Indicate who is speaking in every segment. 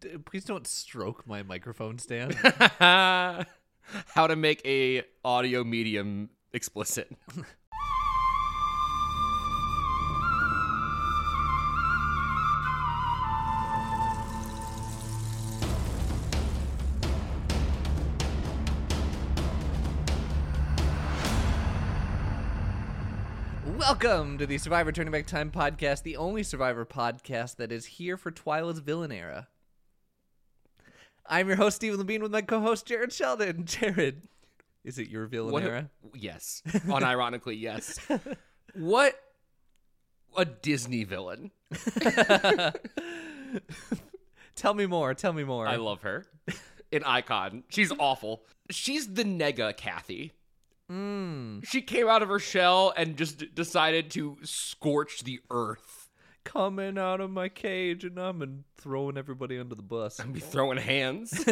Speaker 1: d- please don't stroke my microphone stand.
Speaker 2: How to make a audio medium explicit.
Speaker 1: Welcome to the Survivor Turning Back Time podcast, the only Survivor podcast that is here for Twyla's villain era. I'm your host Stephen Levine with my co-host Jared Sheldon. Jared, is it your villain
Speaker 2: What-
Speaker 1: era?
Speaker 2: Yes. Unironically, yes. What a Disney villain.
Speaker 1: Tell me more. Tell me more.
Speaker 2: I love her. An icon. She's awful. She's the nega Kathy.
Speaker 1: mm,
Speaker 2: She came out of her shell and just d- decided to scorch the earth
Speaker 1: coming out of my cage, and I'm throwing everybody under the bus.
Speaker 2: and be throwing hands.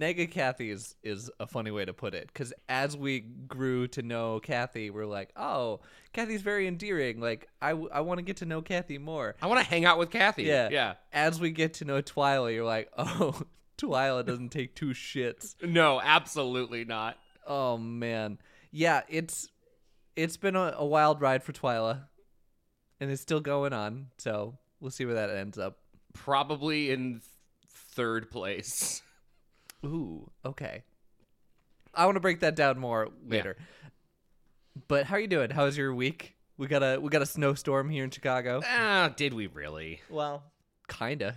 Speaker 1: Nega Kathy is is a funny way to put it because as we grew to know Kathy, we're like, oh, Kathy's very endearing. Like, I, w- I want to get to know Kathy more.
Speaker 2: I want to hang out with Kathy.
Speaker 1: Yeah.
Speaker 2: Yeah.
Speaker 1: As we get to know Twyla, you're like, oh, Twyla doesn't take two shits.
Speaker 2: No, absolutely not.
Speaker 1: Oh man, yeah, it's it's been a, a wild ride for Twyla, and it's still going on. So we'll see where that ends up.
Speaker 2: Probably in th- third place.
Speaker 1: Ooh, okay. I want to break that down more later. But how are you doing? How's your week? We got a we got a snowstorm here in Chicago.
Speaker 2: Ah, did we really?
Speaker 1: Well, kinda.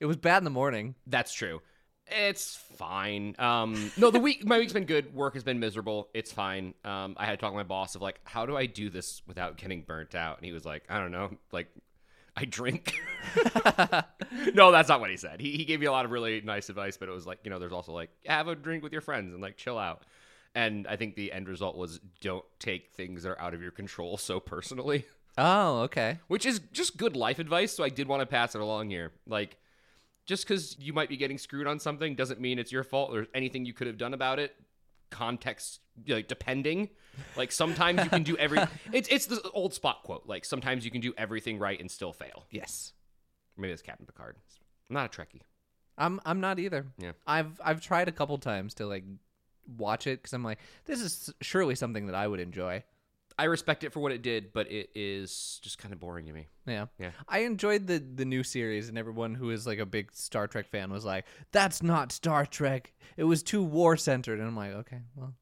Speaker 1: It was bad in the morning.
Speaker 2: That's true. It's fine. Um, no, the week my week's been good. Work has been miserable. It's fine. Um, I had to talk to my boss of like, how do I do this without getting burnt out? And he was like, I don't know. Like, I drink. no, that's not what he said. He he gave me a lot of really nice advice, but it was like, you know, there's also like, have a drink with your friends and like chill out. And I think the end result was don't take things that are out of your control so personally
Speaker 1: Oh, okay.
Speaker 2: which is just good life advice. So I did want to pass it along here. Like, just because you might be getting screwed on something doesn't mean it's your fault or anything you could have done about it. Context, like depending, like sometimes you can do every. It's it's the old spot quote. Like sometimes you can do everything right and still fail.
Speaker 1: Yes.
Speaker 2: Maybe it's Captain Picard. I'm not a Trekkie.
Speaker 1: I'm I'm not either.
Speaker 2: Yeah.
Speaker 1: I've I've tried a couple times to like watch it cuz I'm like this is surely something that I would enjoy.
Speaker 2: I respect it for what it did, but it is just kind of boring to me.
Speaker 1: Yeah.
Speaker 2: Yeah.
Speaker 1: I enjoyed the the new series and everyone who is like a big Star Trek fan was like, "That's not Star Trek. It was too war-centered." And I'm like, "Okay, well,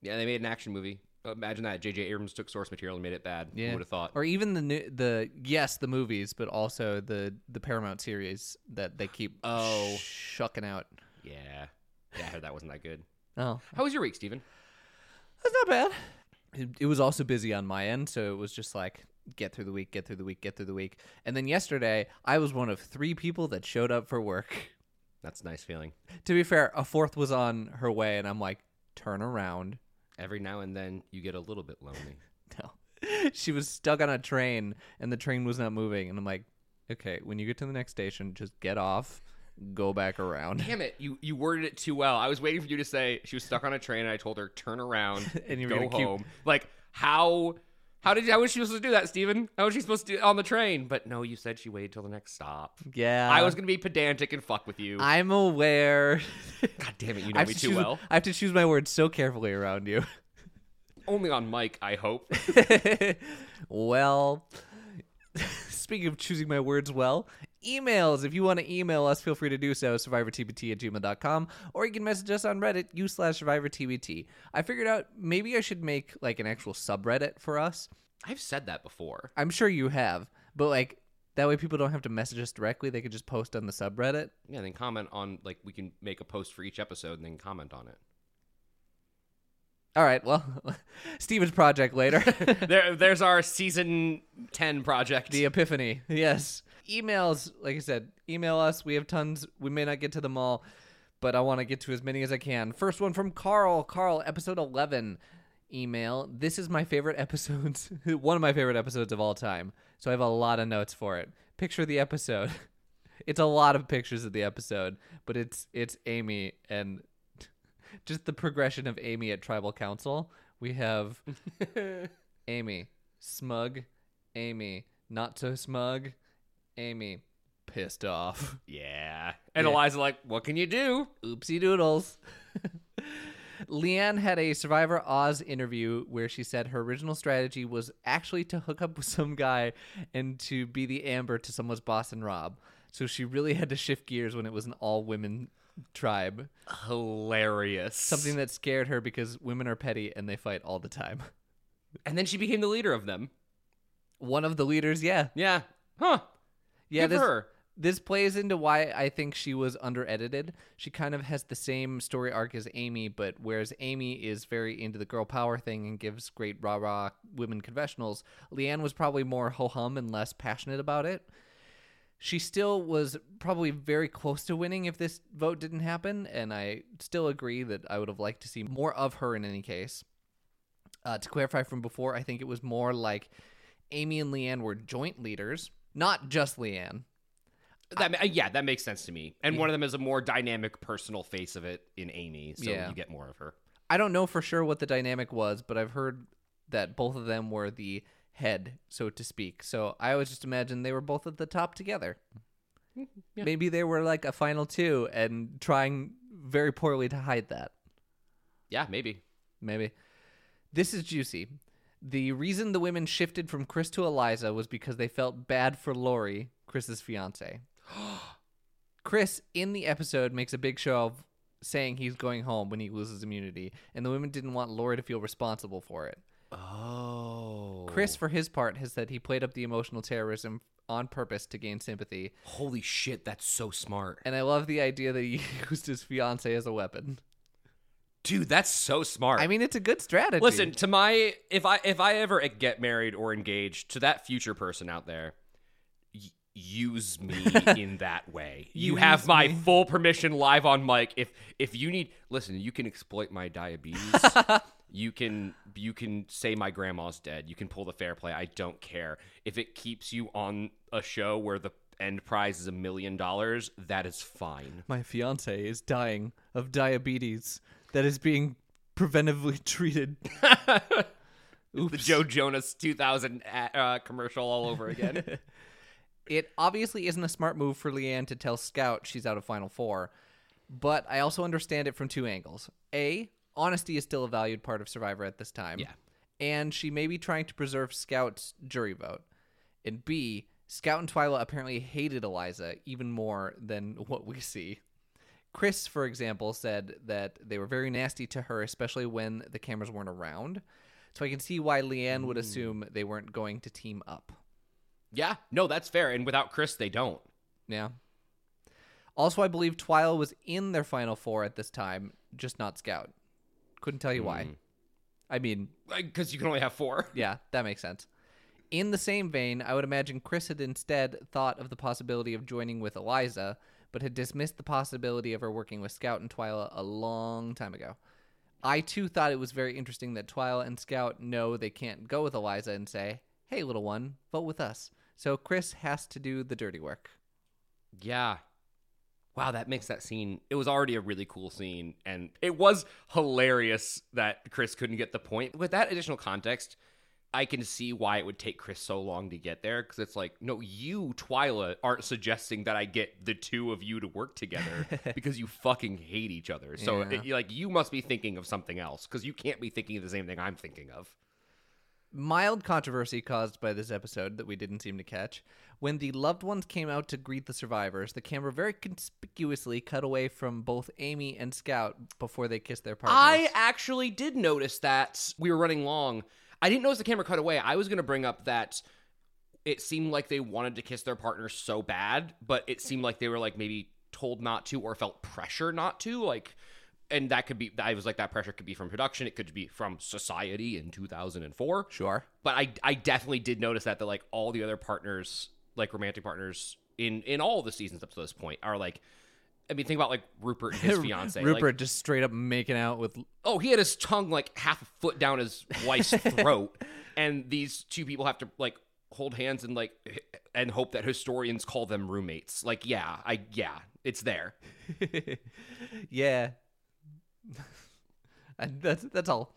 Speaker 2: Yeah, they made an action movie. Imagine that. J.J. Abrams took source material and made it bad.
Speaker 1: Yeah.
Speaker 2: Who would have thought?
Speaker 1: or even the new, the yes the movies but also the the paramount series that they keep
Speaker 2: Oh.
Speaker 1: shucking out
Speaker 2: yeah. Yeah, I heard that wasn't that good.
Speaker 1: oh
Speaker 2: How was your week, Steven?
Speaker 1: that's not bad it, it was also busy on my end so it was just like get through the week get through the week get through the week and then yesterday i was one of three people that showed up for work
Speaker 2: That's a nice feeling.
Speaker 1: to be fair a fourth was on her way and i'm like turn around
Speaker 2: Every now and then you get a little bit lonely.
Speaker 1: no she was stuck on a train and the train was not moving and i'm like okay when you get to the next station just get off go back around
Speaker 2: Damn it, you you worded it too well. I was waiting for you to say she was stuck on a train and I told her turn around
Speaker 1: And you were
Speaker 2: go
Speaker 1: gonna keep-
Speaker 2: home. Like how how did how was she supposed to do that, Steven? How was she supposed to do it on the train? But no, you said she waited till the next stop.
Speaker 1: yeah
Speaker 2: I was gonna be pedantic and fuck with you.
Speaker 1: I'm aware.
Speaker 2: God damn it, you
Speaker 1: I
Speaker 2: know
Speaker 1: have
Speaker 2: me
Speaker 1: to
Speaker 2: too
Speaker 1: choose-
Speaker 2: well.
Speaker 1: I have to choose my words so carefully around you.
Speaker 2: Only on mic, I hope.
Speaker 1: well, speaking of choosing my words well, emails. If you want to email us, feel free to do so, survivortbt at gmail.com, or you can message us on Reddit, u slash survivortbt. I figured out maybe I should make like an actual subreddit for us.
Speaker 2: I've said that before.
Speaker 1: I'm sure you have, but like that way people don't have to message us directly. They could just post on the subreddit.
Speaker 2: Yeah, then comment on like we can make a post for each episode and then comment on it.
Speaker 1: All right, well, Steven's project later.
Speaker 2: There there's our season ten project.
Speaker 1: The epiphany. Yes. Emails, like I said, email us. We have tons. We may not get to them all, but I want to get to as many as I can. First one from Carl. Carl, episode 11 email. This is my favorite episodes, one of my favorite episodes of all time. So I have a lot of notes for it. Picture the episode. It's a lot of pictures of the episode, but it's it's Amy and just the progression of Amy at tribal council. We have Amy, smug. Amy, not so smug. Amy, pissed off.
Speaker 2: Yeah. And
Speaker 1: Yeah.
Speaker 2: Eliza like, what can you do?
Speaker 1: Oopsie doodles. Leanne had a Survivor Oz interview where she said her original strategy was actually to hook up with some guy and to be the Amber to someone's boss and Rob. So she really had to shift gears when it was an all women tribe.
Speaker 2: Hilarious.
Speaker 1: Something that scared her because women are petty and they fight all the time.
Speaker 2: and then she became the leader of them.
Speaker 1: One of the leaders, yeah.
Speaker 2: Yeah. Huh.
Speaker 1: Yeah,
Speaker 2: Good for
Speaker 1: this,
Speaker 2: her.
Speaker 1: this plays into why I think she was underedited. She kind of has the same story arc as Amy, but whereas Amy is very into the girl power thing and gives great rah rah women confessionals, Leanne was probably more ho hum and less passionate about it. She still was probably very close to winning if this vote didn't happen, and I still agree that I would have liked to see more of her in any case. Uh, to clarify from before, I think it was more like Amy and Leanne were joint leaders, not just Leanne.
Speaker 2: That, ma- yeah, that makes sense to me. And one of them is a more dynamic personal face of it in Amy, so
Speaker 1: Yeah.
Speaker 2: you get more of her.
Speaker 1: I don't know for sure what the dynamic was, but I've heard that both of them were the head, so to speak. So I always just imagine they were both at the top together.
Speaker 2: yeah.
Speaker 1: Maybe they were like a final two and trying very poorly to hide that.
Speaker 2: Yeah, maybe.
Speaker 1: Maybe. This is juicy. The reason the women shifted from Chris to Eliza was because they felt bad for Lori, Chris's fiance. Chris, in the episode, makes a big show of saying he's going home when he loses immunity, and the women didn't want Lori to feel responsible for it.
Speaker 2: Oh.
Speaker 1: Chris, for his part, has said he played up the emotional terrorism on purpose to gain sympathy,
Speaker 2: Holy shit, that's so smart.
Speaker 1: and I love the idea that he used his fiance as a weapon.
Speaker 2: Dude, that's so smart.
Speaker 1: I mean, it's a good strategy.
Speaker 2: Listen to my if I if I ever get married or engaged to that future person out there, y- use me in that way. You have
Speaker 1: Use
Speaker 2: my
Speaker 1: me.
Speaker 2: full permission live on mic. If if you need, listen, you can exploit my diabetes. you can you can say my grandma's dead. You can pull the fair play. I don't care if it keeps you on a show where the end prize is a million dollars. That is fine.
Speaker 1: My fiance is dying of diabetes that is being preventively treated.
Speaker 2: The Joe Jonas 2000 a- uh, commercial all over again.
Speaker 1: It obviously isn't a smart move for Leanne to tell Scout she's out of Final Four, but I also understand it from two angles. A, honesty is still a valued part of Survivor at this time.
Speaker 2: Yeah.
Speaker 1: And she may be trying to preserve Scout's jury vote. And B, Scout and Twyla apparently hated Eliza even more than what we see. Chris, for example, said that they were very nasty to her, especially when the cameras weren't around. So I can see why Leanne would assume they weren't going to team up.
Speaker 2: Yeah, no, that's fair. And without Chris, they don't.
Speaker 1: Yeah. Also, I believe Twile was in their final four at this time, just not Scout. Couldn't tell you why. I mean,
Speaker 2: Because you can only have four.
Speaker 1: yeah, that makes sense. In the same vein, I would imagine Chris had instead thought of the possibility of joining with Eliza, but had dismissed the possibility of her working with Scout and Twyla a long time ago. I too thought it was very interesting that Twyla and Scout know they can't go with Eliza and say, hey, little one, vote with us. So Chris has to do the dirty work.
Speaker 2: Yeah. Wow, that makes that scene. It was already a really cool scene. And it was hilarious that Chris couldn't get the point. With that additional context, I can see why it would take Chris so long to get there. Because it's like, no, you, Twyla, aren't suggesting that I get the two of you to work together because you fucking hate each other. So,
Speaker 1: Yeah.
Speaker 2: it- like, you must be thinking of something else because you can't be thinking of the same thing I'm thinking of.
Speaker 1: mild controversy caused by this episode that we didn't seem to catch. When the loved ones came out to greet the survivors, the camera very conspicuously cut away from both Amy and Scout before they kissed their partners.
Speaker 2: I actually did notice that we were running long. I didn't notice the camera cut away. I was going to bring up that it seemed like they wanted to kiss their partner so bad, but it seemed like they were like maybe told not to or felt pressure not to. Like, and that could be, I was like, that pressure could be from production. It could be from society in 2004.
Speaker 1: sure.
Speaker 2: But I, I definitely did notice that, that like all the other partners, like romantic partners in, in all the seasons up to this point are like, I mean, think about like Rupert and his fiance. like-
Speaker 1: Rupert just straight up making out with.
Speaker 2: oh, he had his tongue like half a foot down his wife's throat, and these two people have to like hold hands and like h- and hope that historians call them roommates. Like, yeah, I yeah, it's there.
Speaker 1: yeah. and that's that's all.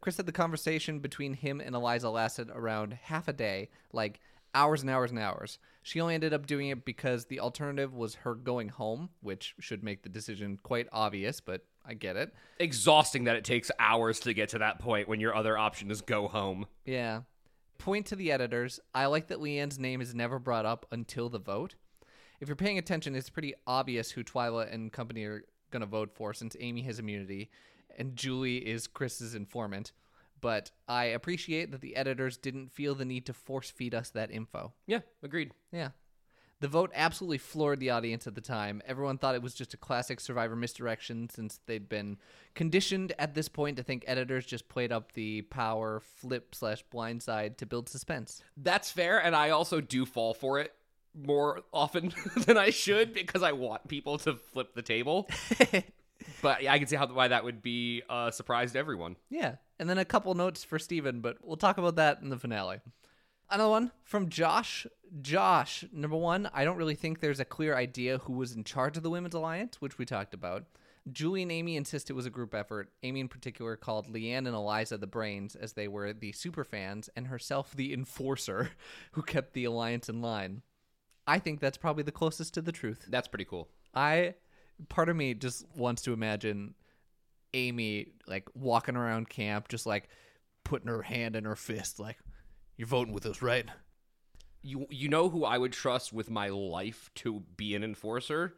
Speaker 1: Chris said the conversation between him and Eliza lasted around half a day, like hours and hours and hours. She only ended up doing it because the alternative was her going home, which should make the decision quite obvious, but I get it.
Speaker 2: Exhausting that it takes hours to get to that point when your other option is go home.
Speaker 1: Yeah. Point to the editors. I like that Leanne's name is never brought up until the vote. If you're paying attention, it's pretty obvious who Twyla and company are going to vote for since Amy has immunity and Julie is Chris's informant. But I appreciate that the editors didn't feel the need to force feed us that info.
Speaker 2: Yeah, agreed.
Speaker 1: Yeah. The vote absolutely floored the audience at the time. Everyone thought it was just a classic Survivor misdirection since they'd been conditioned at this point to think editors just played up the power flip slash blindside to build suspense.
Speaker 2: That's fair, and I also do fall for it more often than I should because I want people to flip the table. but yeah, I can see how why that would be uh, surprise to everyone.
Speaker 1: Yeah. And then a couple notes for Steven, but we'll talk about that in the finale. Another one from Josh. Josh, number one, I don't really think there's a clear idea who was in charge of the Women's Alliance, which we talked about. Julie and Amy insist it was a group effort. Amy, in particular, called Leanne and Eliza the brains, as they were the superfans, and herself the enforcer who kept the Alliance in line. I think that's probably the closest to the truth.
Speaker 2: That's pretty cool.
Speaker 1: I part of me just wants to imagine Amy like walking around camp just like putting her hand in her fist like you're voting with us, right?
Speaker 2: You you know who I would trust with my life to be an enforcer?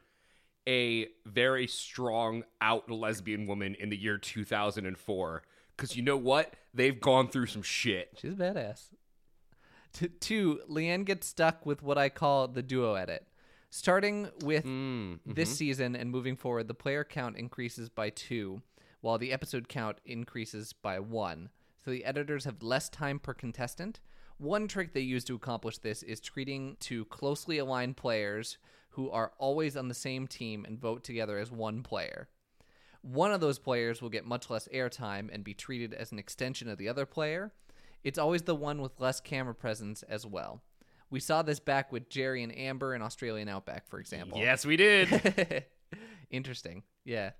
Speaker 2: A very strong out lesbian woman in the year 2004 cuz you know what? They've gone through some shit.
Speaker 1: She's badass. T- two, Leanne gets stuck with what I call the duo edit. Starting with
Speaker 2: Mm, mhm.
Speaker 1: this season and moving forward, the player count increases by two, while the episode count increases by one. So the editors have less time per contestant. One trick they use to accomplish this is treating to closely aligned players who are always on the same team and vote together as one player. One of those players will get much less airtime and be treated as an extension of the other player. It's always the one with less camera presence as well. We saw this back with Jerry and Amber in Australian Outback, for example.
Speaker 2: Yes, we did.
Speaker 1: Interesting. Yeah.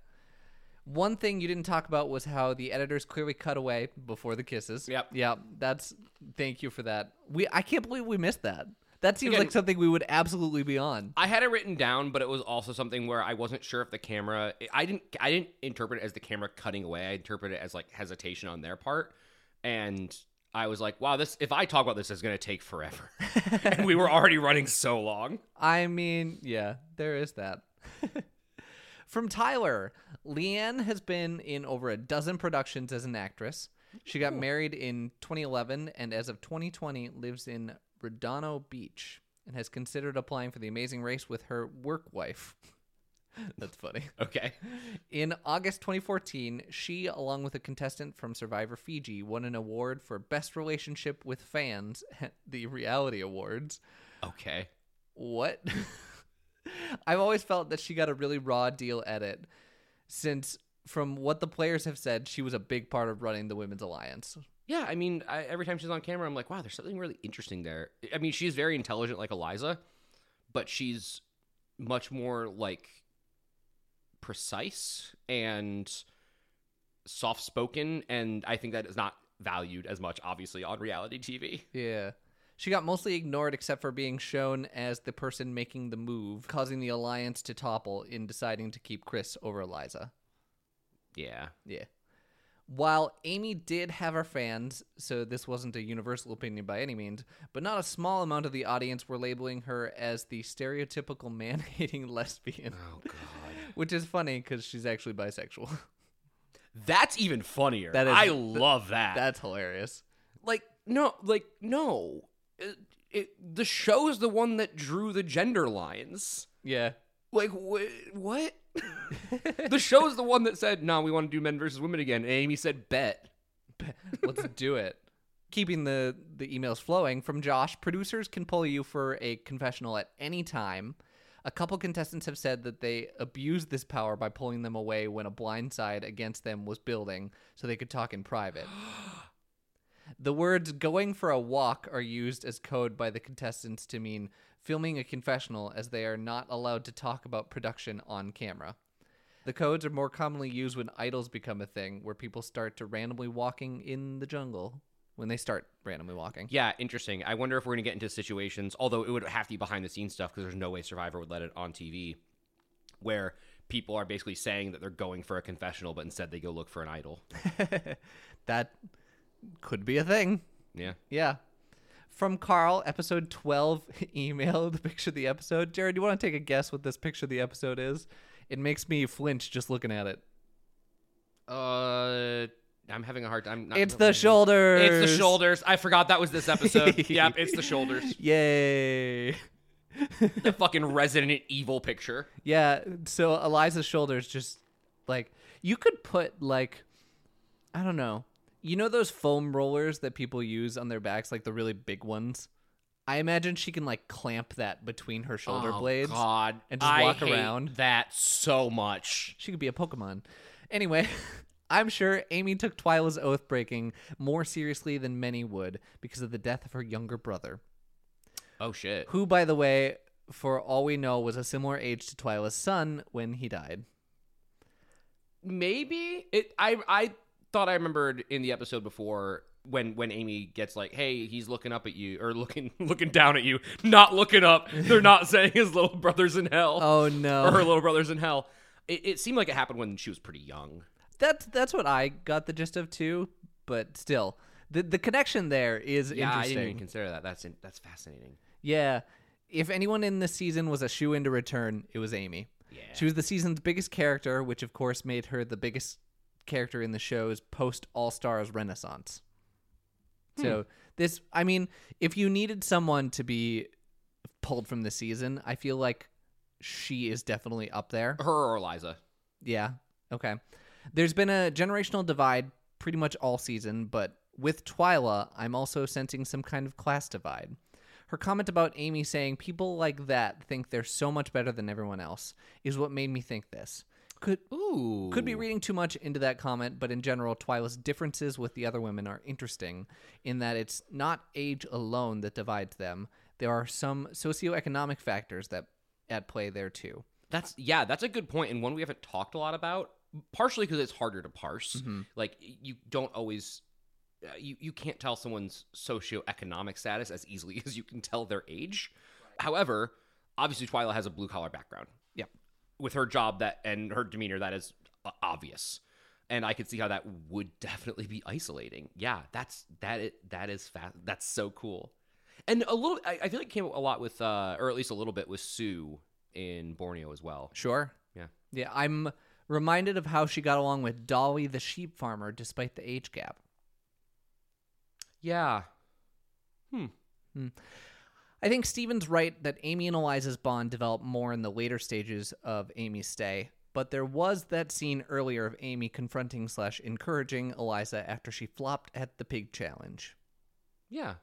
Speaker 1: One thing you didn't talk about was how the editors clearly cut away before the kisses.
Speaker 2: Yep.
Speaker 1: Yep. That's thank you for that. We I can't believe we missed that. That seems
Speaker 2: Again-
Speaker 1: like something we would absolutely be on.
Speaker 2: I had it written down, but it was also something where I wasn't sure if the camera. I didn't. I didn't interpret it as the camera cutting away. I interpreted it as like hesitation on their part, and I was like, "Wow, this. If I talk about this, is going to take forever." and we were already running so long.
Speaker 1: I mean, yeah, there is that. From Tyler, Leanne has been in over a dozen productions as an actress. She got married in 2011 and as of 2020 lives in Redondo Beach and has considered applying for the amazing race with her work wife. That's funny.
Speaker 2: Okay.
Speaker 1: In August 2014, she, along with a contestant from Survivor Fiji, won an award for Best Relationship with Fans at the Reality Awards
Speaker 2: Okay.
Speaker 1: what? I've always felt that she got a really raw deal edit since from what the players have said, she was a big part of running the Women's Alliance.
Speaker 2: Yeah, I mean, I, every time she's on camera, I'm like, "Wow, there's something really interesting there." I mean, she's very intelligent, like Eliza, but she's much more like precise and soft spoken and I think that is not valued as much obviously on reality TV.
Speaker 1: Yeah. She got mostly ignored except for being shown as the person making the move, causing the alliance to topple in deciding to keep Chris over Eliza.
Speaker 2: Yeah.
Speaker 1: Yeah. While Amy did have her fans, so this wasn't a universal opinion by any means, but not a small amount of the audience were labeling her as the stereotypical man hating lesbian.
Speaker 2: Oh god.
Speaker 1: Which is funny because she's actually bisexual.
Speaker 2: That's even funnier.
Speaker 1: That is-
Speaker 2: I
Speaker 1: th-
Speaker 2: love that.
Speaker 1: That's hilarious.
Speaker 2: like no, like no. It, it, the show's the one that drew the gender lines.
Speaker 1: Yeah.
Speaker 2: Like wh- what? the show's the one that said, "No, we want to do men versus women again." And Amy said, "Bet."
Speaker 1: Let's do it. Keeping the, the emails flowing from Josh, producers can pull you for a confessional at any time. A couple contestants have said that they abused this power by pulling them away when a blind side against them was building so they could talk in private. the words going for a walk are used as code by the contestants to mean filming a confessional as they are not allowed to talk about production on camera. The codes are more commonly used when idols become a thing, where people start to randomly walking in the jungle. when they start randomly walking.
Speaker 2: Yeah, interesting. I wonder if we're going to get into situations, although it would have to be behind the scenes stuff because there's no way Survivor would let it on TV, where people are basically saying that they're going for a confessional, but instead they go look for an idol.
Speaker 1: That could be a thing.
Speaker 2: Yeah.
Speaker 1: Yeah. From Carl, episode 12 email, the picture of the episode. Jared, you want to take a guess what this picture of the episode is? It makes me flinch just looking at it.
Speaker 2: Uh, I'm having a hard time. Not
Speaker 1: It's the shoulders.
Speaker 2: It's the shoulders. I forgot that was this episode. yep, it's the shoulders.
Speaker 1: Yay.
Speaker 2: The fucking Resident Evil picture.
Speaker 1: Yeah, so Eliza's shoulders just like you could put like I don't know. You know those foam rollers that people use on their backs, like the really big ones? I imagine she can like clamp that between her shoulder
Speaker 2: Oh,
Speaker 1: blades.
Speaker 2: God,
Speaker 1: and just
Speaker 2: I
Speaker 1: walk
Speaker 2: hate
Speaker 1: around.
Speaker 2: That so much.
Speaker 1: She could be a Pokemon. Anyway, I'm sure Amy took Twyla's oath breaking more seriously than many would because of the death of her younger brother,
Speaker 2: Oh shit.
Speaker 1: who, by the way, for all we know, was a similar age to Twyla's son when he died.
Speaker 2: Maybe it. I I thought I remembered in the episode before when when Amy gets like, "Hey, he's looking up at you or looking looking down at you, not looking up." They're not saying his little brother's in hell.
Speaker 1: Oh
Speaker 2: or her
Speaker 1: no.
Speaker 2: little brother's in hell. It, it seemed like it happened when she was pretty young.
Speaker 1: That's that's what I got the gist of too, but still. The the connection there is
Speaker 2: Yeah, I
Speaker 1: interesting.
Speaker 2: didn't even consider that. That's in, that's fascinating.
Speaker 1: Yeah. If anyone in this season was a shoe in to return, it was Amy.
Speaker 2: Yeah.
Speaker 1: She was the season's biggest character, which of course made her the biggest character in the show's post All Stars renaissance. So this, I mean, if you needed someone to be pulled from the season, I feel like she is definitely up there.
Speaker 2: Her or Eliza.
Speaker 1: Yeah. Okay. There's been a generational divide pretty much all season, but with Twyla, I'm also sensing some kind of class divide. Her comment about Amy saying people like that think they're so much better than everyone else is what made me think this. Could
Speaker 2: Ooh.
Speaker 1: could be reading too much into that comment, but in general, Twyla's differences with the other women are interesting in that it's not age alone that divides them. There are some socioeconomic factors that at play there too.
Speaker 2: That's yeah, that's a good point and one we haven't talked a lot about, partially because it's harder to parse. Like y- you don't always uh, you you can't tell someone's socioeconomic status as easily as you can tell their age. However, obviously Twyla has a blue collar background.
Speaker 1: Yep.
Speaker 2: With her job that and her demeanor that is o- obvious. And I could see how that would definitely be isolating. Yeah, that's that is, that is fast. That's so cool. And a little I, I feel like it came up a lot with uh or at least a little bit with Sue in Borneo as well.
Speaker 1: Sure.
Speaker 2: Yeah.
Speaker 1: Yeah, I'm reminded of how she got along with Dolly the sheep farmer despite the age gap.
Speaker 2: Yeah.
Speaker 1: I think Steven's right that Amy and Eliza's bond developed more in the later stages of Amy's stay, but there was that scene earlier of Amy confronting slash encouraging Eliza after she flopped at the pig challenge.
Speaker 2: Yeah.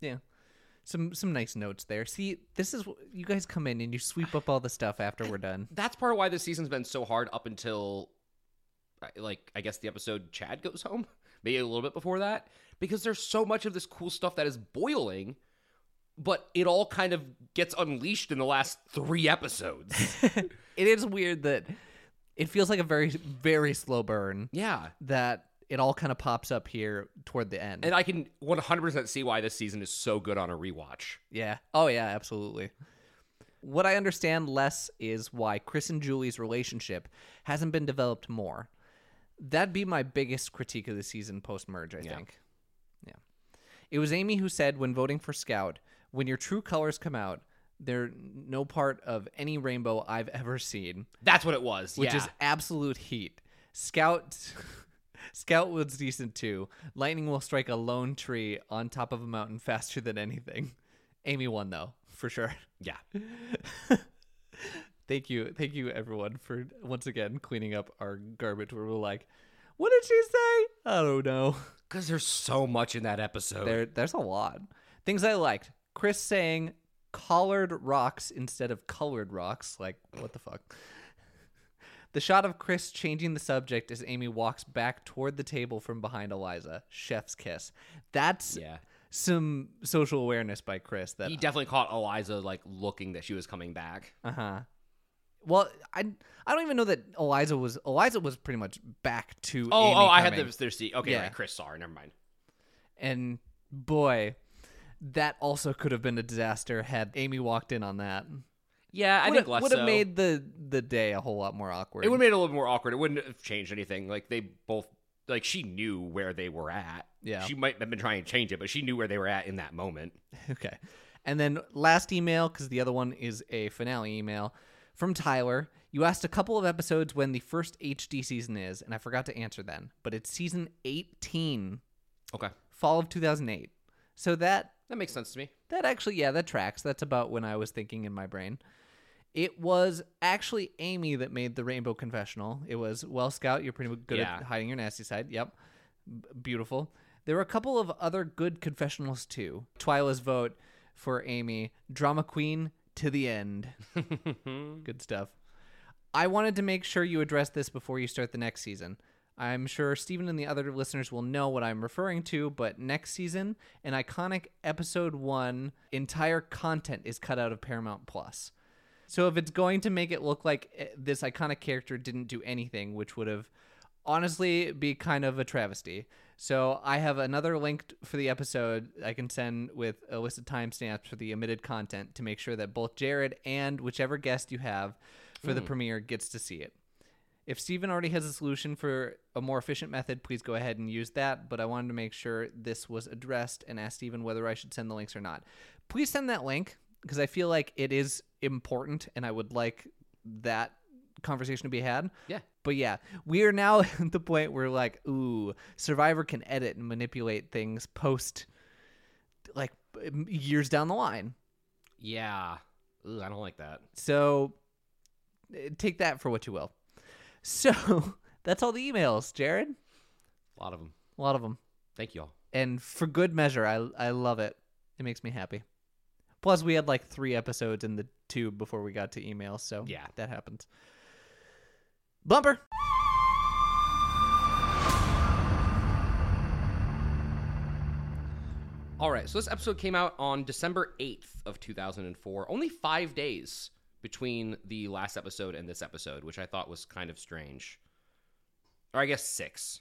Speaker 1: Yeah. Some some nice notes there. See, this is wh- you guys come in and you sweep up all the stuff after we're done.
Speaker 2: That's part of why this season's been so hard up until I- like I guess the episode Chad goes home, maybe a little bit before that, because there's so much of this cool stuff that is boiling, but it all kind of gets unleashed in the last 3 episodes.
Speaker 1: it is weird that it feels like a very very slow burn.
Speaker 2: yeah.
Speaker 1: that it all kind of pops up here toward the end.
Speaker 2: And I can 100% see why this season is so good on a rewatch.
Speaker 1: yeah. Oh yeah, absolutely. What I understand less is why Chris and Julie's relationship hasn't been developed more. That'd be my biggest critique of the season post merge, I
Speaker 2: Yeah.
Speaker 1: think. Yeah. It was Amy who said when voting for Scout, when your true colors come out, they're no part of any rainbow I've ever seen.
Speaker 2: That's what it was.
Speaker 1: which
Speaker 2: yeah.
Speaker 1: is absolute heat. Scout Scout was decent too. Lightning will strike a lone tree on top of a mountain faster than anything. Amy won though, for sure.
Speaker 2: yeah.
Speaker 1: Thank you. Thank you everyone for once again cleaning up our garbage where we're like, what did she say? I don't know.
Speaker 2: Cuz there's so much in that episode.
Speaker 1: There there's a lot. Things I liked. Chris saying collared rocks instead of colored rocks. Like, what the fuck? The shot of Chris changing the subject as Amy walks back toward the table from behind Eliza. Chef's kiss. That's
Speaker 2: yeah.
Speaker 1: some social awareness by Chris that
Speaker 2: He definitely caught Eliza like looking that she was coming back.
Speaker 1: uh-huh. Well, I I don't even know that Eliza was Eliza was pretty much back to
Speaker 2: Oh,
Speaker 1: Amy
Speaker 2: oh, I had
Speaker 1: coming.
Speaker 2: the their seat. Okay,
Speaker 1: Yeah.
Speaker 2: right. Chris saw her. Never mind.
Speaker 1: And boy, that also could have been a disaster had Amy walked in on that.
Speaker 2: Yeah, I
Speaker 1: Would
Speaker 2: think
Speaker 1: have-
Speaker 2: less
Speaker 1: would have
Speaker 2: so.
Speaker 1: made the the day a whole lot more awkward.
Speaker 2: it would have made it a little more awkward. It wouldn't have changed anything. Like they both like she knew where they were at.
Speaker 1: Yeah.
Speaker 2: She might have been trying to change it, but she knew where they were at in that moment.
Speaker 1: Okay. And then last email, because the other one is a finale email from Tyler. You asked a couple of episodes when the first HD season is, and I forgot to answer then, but it's season 18,
Speaker 2: Okay.
Speaker 1: fall of 2008. So that
Speaker 2: That makes sense to me.
Speaker 1: that actually, yeah, that tracks. That's about when I was thinking in my brain. It was actually Amy that made the Rainbow Confessional. It was, well, Scout, you're pretty good
Speaker 2: Yeah.
Speaker 1: at hiding your nasty side. Yep. B- beautiful. There were a couple of other good confessionals, too. Twyla's vote for Amy, Drama Queen to the end. good stuff. I wanted to make sure you address this before you start the next season. I'm sure Steven and the other listeners will know what I'm referring to, but next season, an iconic episode one entire content is cut out of Paramount Plus. So if it's going to make it look like eh, this iconic character didn't do anything, which would have honestly be kind of a travesty. So I have another link t- for the episode I can send with a list of timestamps for the omitted content to make sure that both Jared and whichever guest you have for the premiere gets to see it. If Steven already has a solution for a more efficient method, please go ahead and use that. But I wanted to make sure this was addressed and asked Steven whether I should send the links or not. Please send that link because I feel like it is important and I would like that conversation to be had.
Speaker 2: Yeah.
Speaker 1: But yeah, we are now at the point where like, ooh, Survivor can edit and manipulate things post like years down the line.
Speaker 2: Yeah. Ugh, I don't like that.
Speaker 1: So eh, take that for what you will. So that's all the emails, Jared.
Speaker 2: A lot of them.
Speaker 1: A lot of them.
Speaker 2: Thank you all.
Speaker 1: And for good measure, I I love it. It makes me happy. Plus we had like 3 episodes in the tube before we got to emails, so
Speaker 2: Yeah.
Speaker 1: that happens. Bumper.
Speaker 2: All right, so this episode came out on December 8th of 2004, only 5 days between the last episode and this episode, which I thought was kind of strange. Or I guess 6.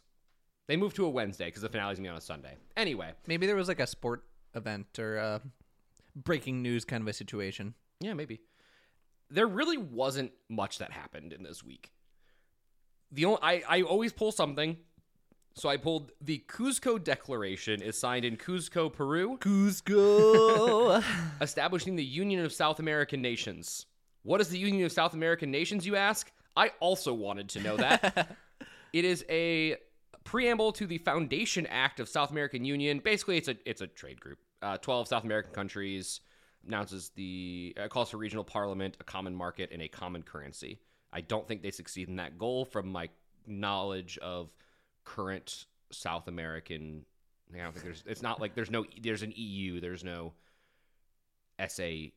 Speaker 2: They moved to a Wednesday cuz the finale's going to be on a Sunday. Anyway,
Speaker 1: Maybe there was like a sport event or a breaking news kind of a situation.
Speaker 2: yeah, maybe. There really wasn't much that happened in this week. The only I I always pull something. So I pulled the Cuzco Declaration is signed in Cuzco, Peru.
Speaker 1: Cusco.
Speaker 2: establishing the Union of South American Nations. What is the Union of South American Nations, you ask? I also wanted to know that. it is a preamble to the Foundation Act of South American Union. Basically, it's a it's a trade group. Uh, Twelve South American countries announces the uh, calls for regional parliament, a common market, and a common currency. I don't think they succeed in that goal, from my knowledge of current South American. I don't think there's. It's not like there's no. There's an EU. There's no. SAU,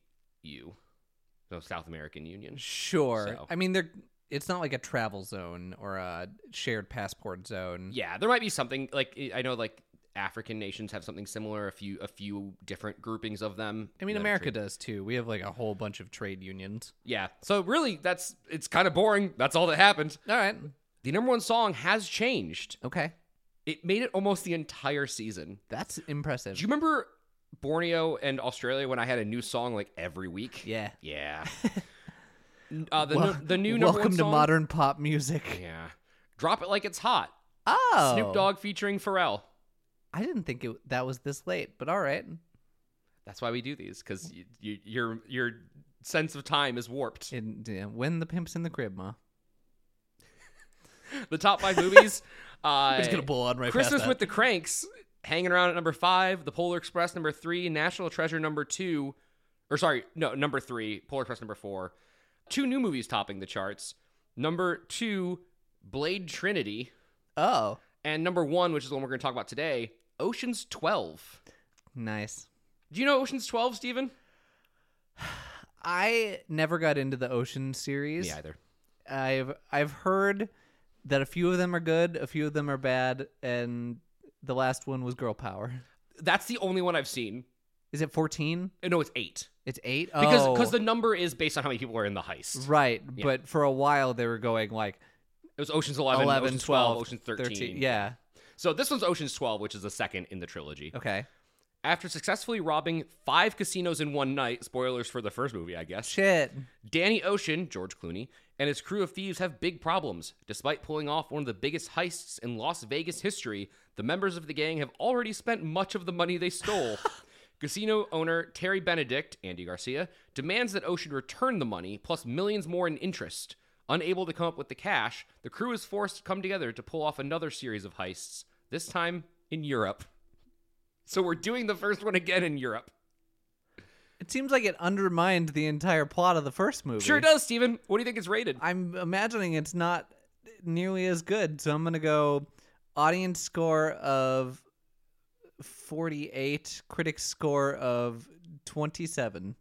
Speaker 2: so South American Union.
Speaker 1: sure.
Speaker 2: So.
Speaker 1: I mean, they're. It's not like a travel zone or a shared passport zone.
Speaker 2: Yeah, there might be something like eh, I- I know like African nations have something similar. A few a few different groupings of them.
Speaker 1: I mean,
Speaker 2: That are
Speaker 1: America
Speaker 2: trade-
Speaker 1: does too. We have like a whole bunch of trade unions.
Speaker 2: Yeah. So really, that's it's kind of boring. That's all that happened.
Speaker 1: All right.
Speaker 2: The number one song has changed.
Speaker 1: Okay.
Speaker 2: It made it almost the entire season.
Speaker 1: That's impressive.
Speaker 2: Do you remember Borneo and Australia when I had a new song like every week?
Speaker 1: yeah.
Speaker 2: Yeah. uh, the,
Speaker 1: Well,
Speaker 2: nu- the new number
Speaker 1: welcome
Speaker 2: one
Speaker 1: to
Speaker 2: song-
Speaker 1: modern pop music.
Speaker 2: Yeah. Drop it like it's hot.
Speaker 1: Oh,
Speaker 2: Snoop Dogg featuring Pharrell.
Speaker 1: I didn't think it, that was this late, but all right.
Speaker 2: That's why we do these because you, you, your your sense of time is warped.
Speaker 1: And, yeah, when the pimps in the crib, ma.
Speaker 2: The top five movies: uh,
Speaker 1: blow on right
Speaker 2: Christmas with the Cranks, hanging around at number five. The Polar Express number three. National Treasure number two, or sorry, no number three. Polar Express number four. Two new movies topping the charts. Number two, Blade Trinity,
Speaker 1: Oh,
Speaker 2: and number one, which is the one we're going to talk about today, Ocean's Twelve.
Speaker 1: nice.
Speaker 2: Do you know Ocean's Twelve, Steven?
Speaker 1: I never got into the Ocean series.
Speaker 2: either.
Speaker 1: I've I've heard that a few of them are good, a few of them are bad, and the last one was Girl Power.
Speaker 2: That's the only one I've seen.
Speaker 1: Is it fourteen?
Speaker 2: No, it's eight.
Speaker 1: It's eight.
Speaker 2: because
Speaker 1: oh,
Speaker 2: because the number is based on how many people are in the heist.
Speaker 1: right. But for a while they were going like
Speaker 2: It was Ocean's 11,
Speaker 1: 11,
Speaker 2: Ocean's 12,
Speaker 1: 12,
Speaker 2: Ocean's 13.
Speaker 1: Yeah.
Speaker 2: So this one's Ocean's 12, which is the second in the trilogy.
Speaker 1: Okay.
Speaker 2: After successfully robbing five casinos in one night, spoilers for the first movie, I guess,
Speaker 1: Shit.
Speaker 2: Danny Ocean, George Clooney, and his crew of thieves have big problems. Despite pulling off one of the biggest heists in Las Vegas history, the members of the gang have already spent much of the money they stole. Casino owner Terry Benedict, Andy Garcia, demands that Ocean return the money plus millions more in interest. Unable to come up with the cash, the crew is forced to come together to pull off another series of heists, this time in Europe. So we're doing the first one again in Europe.
Speaker 1: It seems like it undermined the entire plot of the first movie.
Speaker 2: Sure does, Steven. What do you think it's rated?
Speaker 1: I'm imagining it's not nearly as good, so I'm gonna go audience score of 48, critic score of 27.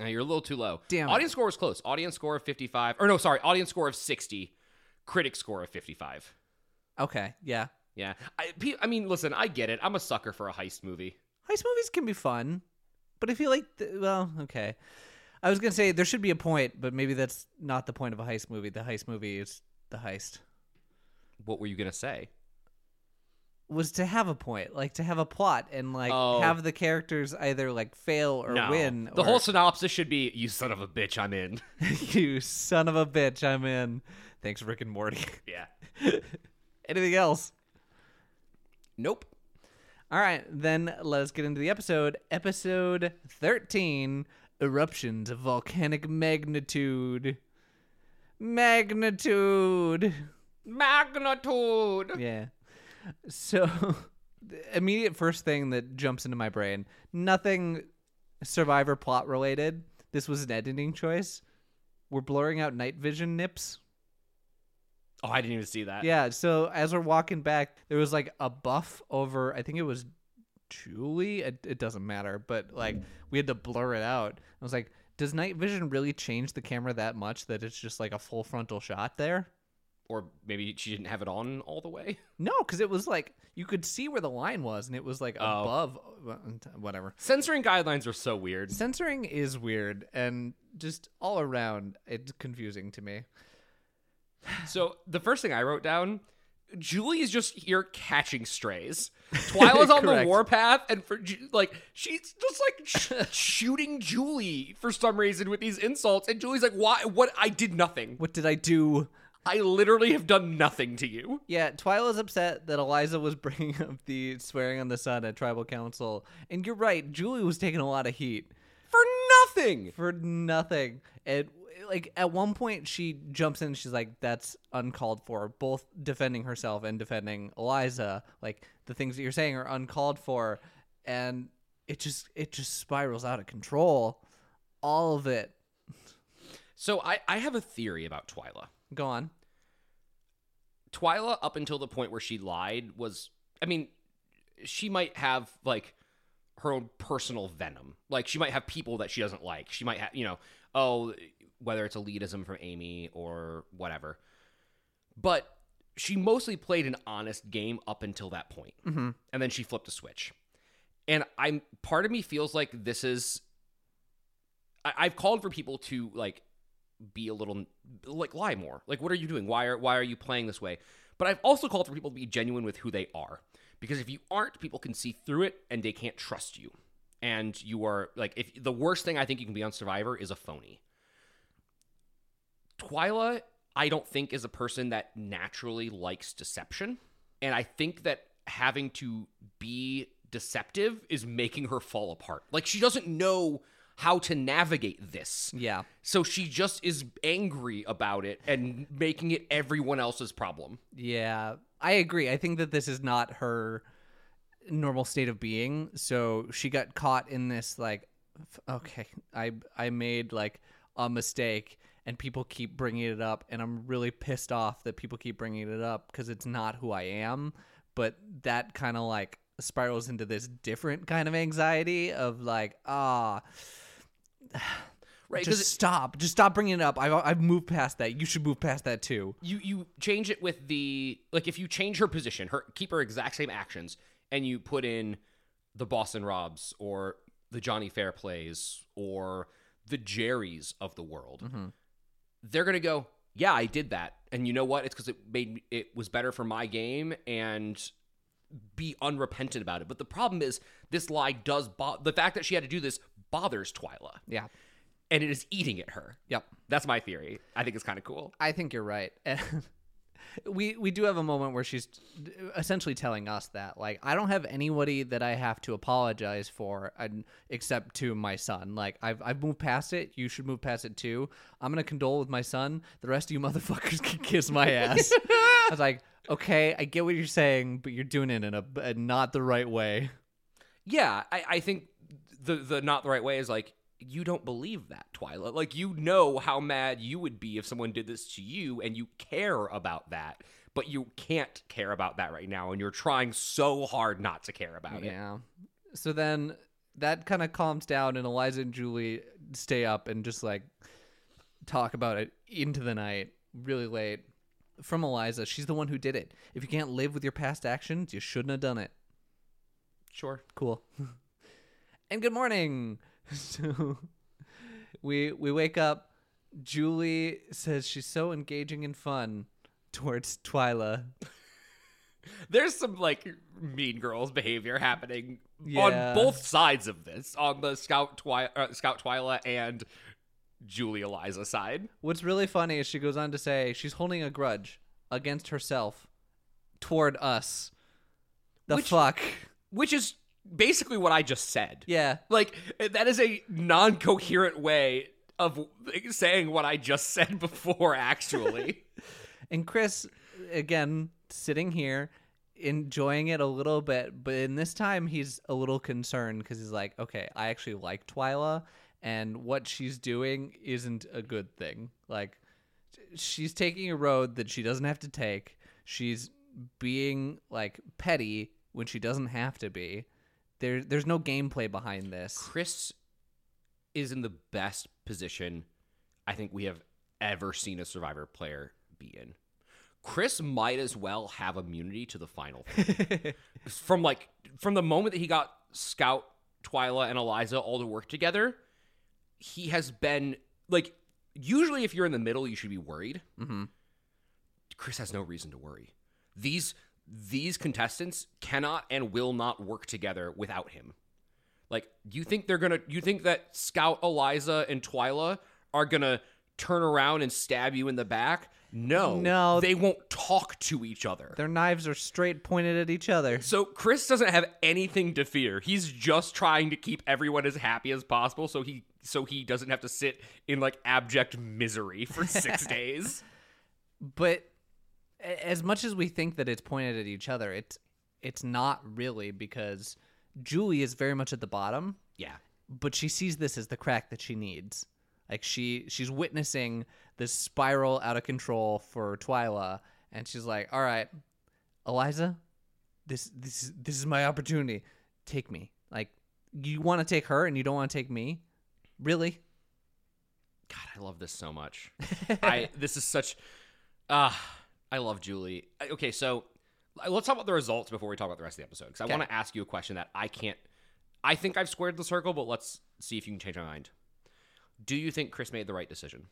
Speaker 2: Uh, you're a little too low.
Speaker 1: Damn it.
Speaker 2: Audience score was close. Audience score of 55. Or no, sorry. Audience score of 60. Critic score of 55.
Speaker 1: Okay, yeah.
Speaker 2: Yeah. I, pe- I mean, listen, I get it. I'm a sucker for a heist movie.
Speaker 1: Heist movies can be fun, but I feel like th- well, okay. I was gonna say there should be a point, but maybe that's not the point of a heist movie. The heist movie is the heist.
Speaker 2: What were you going to say?
Speaker 1: Was to have a point, like to have a plot, and like
Speaker 2: Oh.
Speaker 1: have the characters either like fail or
Speaker 2: No.
Speaker 1: win.
Speaker 2: The
Speaker 1: or,
Speaker 2: whole synopsis should be You son of a bitch, I'm in.
Speaker 1: you son of a bitch, I'm in. Thanks, Rick and Morty.
Speaker 2: yeah.
Speaker 1: Anything else?
Speaker 2: Nope.
Speaker 1: All right, then let's get into the episode. Episode 13 Eruptions of Volcanic Magnitude. Magnitude.
Speaker 2: Magnitude.
Speaker 1: Yeah. So, the immediate first thing that jumps into my brain nothing survivor plot related. This was an editing choice. We're blurring out night vision nips.
Speaker 2: Oh, I didn't even see that.
Speaker 1: Yeah, so as we're walking back, there was like a buff over, I think it was Julie. It, it doesn't matter, but like we had to blur it out. I was like, does night vision really change the camera that much that it's just like a full frontal shot there?
Speaker 2: Or maybe she didn't have it on all the way.
Speaker 1: No, because it was like you could see where the line was and it was like above, uh, whatever.
Speaker 2: Censoring guidelines are so weird.
Speaker 1: Censoring is weird and just all around, it's confusing to me.
Speaker 2: So the first thing I wrote down, Julie is just here catching strays. Twyla's on the
Speaker 1: Correct.
Speaker 2: warpath, and for Ju- like she's just like sh- shooting Julie for some reason with these insults, and Julie's like, "Why? What? I did nothing.
Speaker 1: What did I do?
Speaker 2: I literally have done nothing to you."
Speaker 1: Yeah, Twyla's upset that Eliza was bringing up the swearing on the sun at tribal council. And you're right, Julie was taking a lot of heat
Speaker 2: For nothing.
Speaker 1: for nothing. And like at one point she jumps in and she's like that's uncalled for, both defending herself and defending Eliza. Like the things that you're saying are uncalled for and it just it just spirals out of control. All of it.
Speaker 2: So I I have a theory about Twyla.
Speaker 1: Go on.
Speaker 2: Twyla up until the point where she lied was I mean, she might have like her own personal venom. Like she might have people that she doesn't like. She might have, you know, oh, whether it's elitism from Amy or whatever. But she mostly played an honest game up until that point.
Speaker 1: Mhm.
Speaker 2: And then she flipped a switch. And I'm part of me feels like this is I, I've called for people to like be a little like lie more. Like, what are you doing? Why are why are you playing this way? But I've also called for people to be genuine with who they are, because if you aren't, people can see through it and they can't trust you. And you are like, if the worst thing I think you can be on Survivor is a phony. Twyla, I don't think is a person that naturally likes deception, and I think that having to be deceptive is making her fall apart. Like she doesn't know how to navigate this.
Speaker 1: Yeah.
Speaker 2: So she just is angry about it and making it everyone else's problem.
Speaker 1: Yeah, I agree. I think that this is not her normal state of being. So she got caught in this like, f- okay, I I made like a mistake, and people keep bringing it up, and I'm really pissed off that people keep bringing it up because it's not who I am. But that kind of like spirals into this different kind of anxiety of like, ah,
Speaker 2: Right?
Speaker 1: just
Speaker 2: Because
Speaker 1: stop, just stop bringing it up. I've I've moved past that. You should move past that too.
Speaker 2: you you change it with the like if you change her position, her keep her exact same actions and you put in the Boston Robs or the Johnny Fairplays or the Jerrys of the world. They're going to go, "Yeah, I did that." And you know what? It's cuz it made me, it was better for my game and be unrepentant about it. But the problem is, this lie does bo- the fact that she had to do this bothers Twyla,
Speaker 1: Yeah.
Speaker 2: and it is eating at her.
Speaker 1: Yep.
Speaker 2: That's my theory. I think it's kind of cool.
Speaker 1: I think you're right. And we we do have a moment where she's essentially telling us that like I don't have anybody that I have to apologize for and, except to my son. Like I've I've moved past it. You should move past it too. I'm gonna condole with my son. The rest of you motherfuckers can kiss my ass. I was like, okay, I get what you're saying, but you're doing it in a, a not the right way.
Speaker 2: Yeah, I, I think the the not the right way is like you don't believe that, Twyla. Like you know how mad you would be if someone did this to you, and you care about that, but you can't care about that right now, and you're trying so hard not to care about it.
Speaker 1: Yeah. So then that kind of calms down, and Eliza and Julie stay up and just like talk about it into the night, really late. From Eliza, she's the one who did it. If you can't live with your past actions, you shouldn't have done it.
Speaker 2: Sure.
Speaker 1: Cool. and good morning. So we we wake up. Julie says she's so engaging and fun towards Twyla.
Speaker 2: There's some like mean girls behavior happening
Speaker 1: Yeah.
Speaker 2: on both sides of this, on the Scout Twi- uh, Scout Twyla and Julie Eliza side.
Speaker 1: What's really funny is she goes on to say she's holding a grudge against herself toward us. The
Speaker 2: Which-
Speaker 1: fuck.
Speaker 2: which is basically what I just said.
Speaker 1: Yeah.
Speaker 2: Like that is a non-coherent way of saying what I just said before actually.
Speaker 1: And Chris, again, sitting here, enjoying it a little bit, but in this time he's a little concerned because he's like, okay, I actually like Twyla, and what she's doing isn't a good thing. Like, she's taking a road that she doesn't have to take. She's being like petty when she doesn't have to be. There, there's no gameplay behind this.
Speaker 2: Chris is in the best position I think we have ever seen a survivor player be in. Chris might as well have immunity to the final four. from like from the moment that he got Scout, Twyla, and Eliza all to work together, he has been like usually if you're in the middle, you should be worried.
Speaker 1: Mhm.
Speaker 2: Chris has no reason to worry. These these contestants cannot and will not work together without him. Like you think they're gonna you think that Scout, Eliza, and Twyla are gonna turn around and stab you in the back? No.
Speaker 1: No.
Speaker 2: They won't talk to each other.
Speaker 1: Their knives are straight pointed at each other.
Speaker 2: So Chris doesn't have anything to fear. He's just trying to keep everyone as happy as possible so he so he doesn't have to sit in like abject misery for 6 days.
Speaker 1: but a- as much as we think that it's pointed at each other it's it's not really because julie is very much at the bottom
Speaker 2: Yeah.
Speaker 1: but she sees this as the crack that she needs like she she's witnessing this spiral out of control for twyla and she's like all right eliza this this is- this is my opportunity take me like you want to take her and you don't want to take me really
Speaker 2: God, I love this so much. I this is such ah I love Julie. I- Okay, so I- let's talk about the results before we talk about the rest of the episode cuz I
Speaker 1: Okay.
Speaker 2: want to ask you a question that I can't I think I've squared the circle, but let's see if you can change my mind. Do you think Chris made the right decision?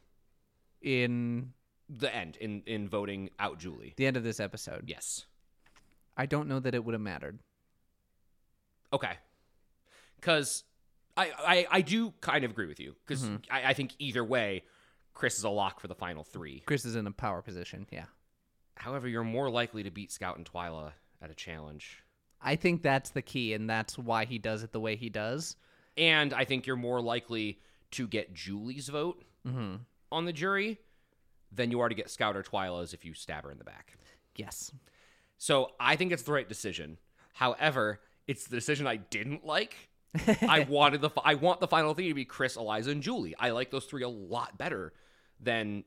Speaker 1: in
Speaker 2: The end in in voting out Julie.
Speaker 1: the end of this episode
Speaker 2: Yes.
Speaker 1: i don't know that it would have mattered
Speaker 2: Okay. Because I, I I do kind of agree with you because I, I think either way, Chris is a lock for the final three.
Speaker 1: chris is in a power position yeah
Speaker 2: However, you're more likely to beat Scout and Twyla at a challenge,
Speaker 1: I think that's the key, and that's why he does it the way he does.
Speaker 2: and I think you're more likely to get Julie's vote
Speaker 1: Mm-hmm.
Speaker 2: on the jury than you are to get Scout or Twyla's if you stab her in the back.
Speaker 1: Yes.
Speaker 2: So I think it's the right decision. However, it's the decision I didn't like. I wanted the fi- I want the final three to be Chris, Eliza, and Julie. I like those three a lot better than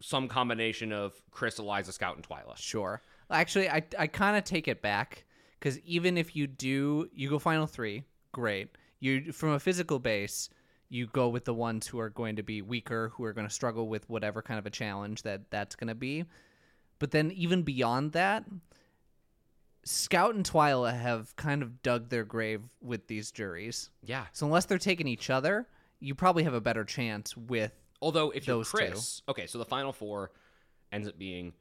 Speaker 2: some combination of Chris, Eliza, Scout, and Twyla.
Speaker 1: Sure. Actually, I, I kind of take it back because even if you do, you go final three, great. You from a physical base, you go with the ones who are going to be weaker, who are going to struggle with whatever kind of a challenge that that's going to be. But then even beyond that, Scout and Twyla have kind of dug their grave with these juries.
Speaker 2: Yeah.
Speaker 1: So unless they're taking each other, you probably have a better chance with
Speaker 2: Although if you're
Speaker 1: Those two.
Speaker 2: Chris, okay, so the final four ends up being